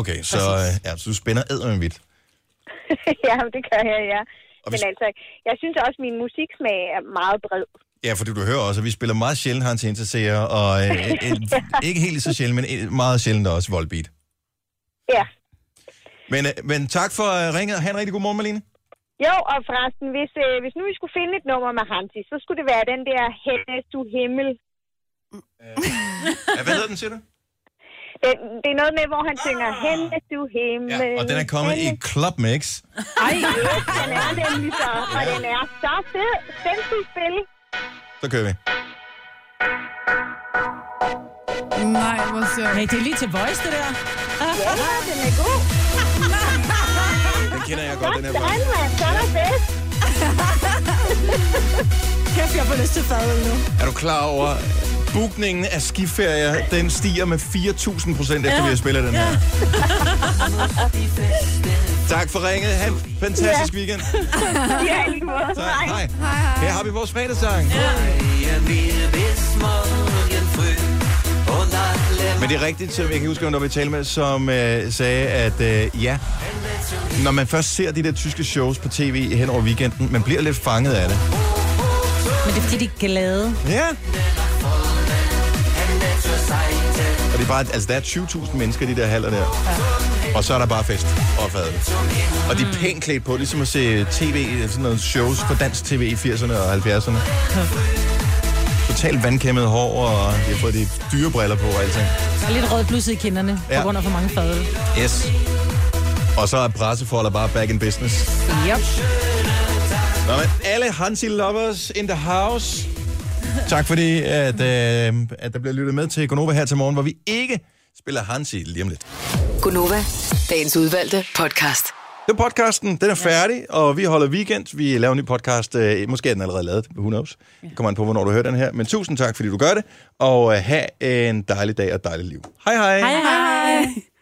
[SPEAKER 1] Okay, så, øh, ja, så du spænder eddermvidt.
[SPEAKER 13] [LAUGHS] ja, det gør jeg, ja.
[SPEAKER 1] Og
[SPEAKER 13] Men
[SPEAKER 1] hvis-
[SPEAKER 13] altså, jeg synes også, min musiksmag er meget bred.
[SPEAKER 1] Ja, fordi du hører også, at vi spiller meget sjældent hans interesser, og øh, øh, ikke helt så sjældent, men øh, meget sjældent også Volbeat.
[SPEAKER 13] Ja.
[SPEAKER 1] Men, øh, men tak for øh, ringet, og have en rigtig god morgen, Malene.
[SPEAKER 13] Jo, og forresten, hvis, øh, hvis nu vi skulle finde et nummer med Hansi, så skulle det være den der Hennes du himmel.
[SPEAKER 1] Ja, hvad hedder den, siger du?
[SPEAKER 13] Det, Øh, det er noget med, hvor han synger Hennes du himmel.
[SPEAKER 1] Ah. Og den er kommet i Club Mix.
[SPEAKER 13] Ej, den er nemlig så, og den er så fed. Den skal vi spille.
[SPEAKER 1] Så kører vi.
[SPEAKER 3] Nej, hvor sjovt. Hey, det er lige til voice, det der.
[SPEAKER 13] Ja, den er god.
[SPEAKER 1] Den kender jeg godt, den her
[SPEAKER 13] Sådan, mand. Så er der bedst.
[SPEAKER 3] Kæft, jeg får lyst til fadøl nu.
[SPEAKER 1] Er du klar over, bookningen af skiferier, den stiger med 4.000 procent, efter vi har spillet den her. Tak for ringet. Ha' en fantastisk [LAUGHS] weekend.
[SPEAKER 7] Ja,
[SPEAKER 13] i lige måde.
[SPEAKER 1] Hej. Hej. Her har vi vores fredagssang. Men det er rigtigt, som jeg kan huske, hvem der var vi talte med, som øh, sagde, at øh, ja, når man først ser de der tyske shows på tv hen over weekenden, man bliver lidt fanget af det.
[SPEAKER 2] Men det er fordi, de er glade.
[SPEAKER 1] Ja. Og det er bare, altså der er 20.000 mennesker i de der haller der. Og så er der bare fest og fad. Og de
[SPEAKER 3] Mm.
[SPEAKER 1] er pænt klædt på, ligesom at se tv, sådan noget shows på dansk tv i 80'erne og 70'erne. Totalt vandkæmmet hår, og de har fået de dyre briller på og alting.
[SPEAKER 3] Og lidt rød blusset i kinderne, ja.
[SPEAKER 1] Ja.
[SPEAKER 3] på grund af for mange fadøl.
[SPEAKER 1] Yes. Og så er pressefolder bare back in business.
[SPEAKER 3] Yep.
[SPEAKER 1] Nå, men alle Hansi lovers in the house. Tak fordi, at, øh, at der bliver lyttet med til Gonova her til morgen, hvor vi ikke spiller Hansi lige om lidt.
[SPEAKER 5] Gunova, dagens udvalgte podcast.
[SPEAKER 1] Det er podcasten, den er færdig, og vi holder weekend. Vi laver en ny podcast, øh, måske er den allerede lavet, who knows. Det kommer an på, hvornår du hører den her. Men tusind tak, fordi du gør det, og øh, have en dejlig dag og et dejligt liv. Hej hej.
[SPEAKER 7] hej.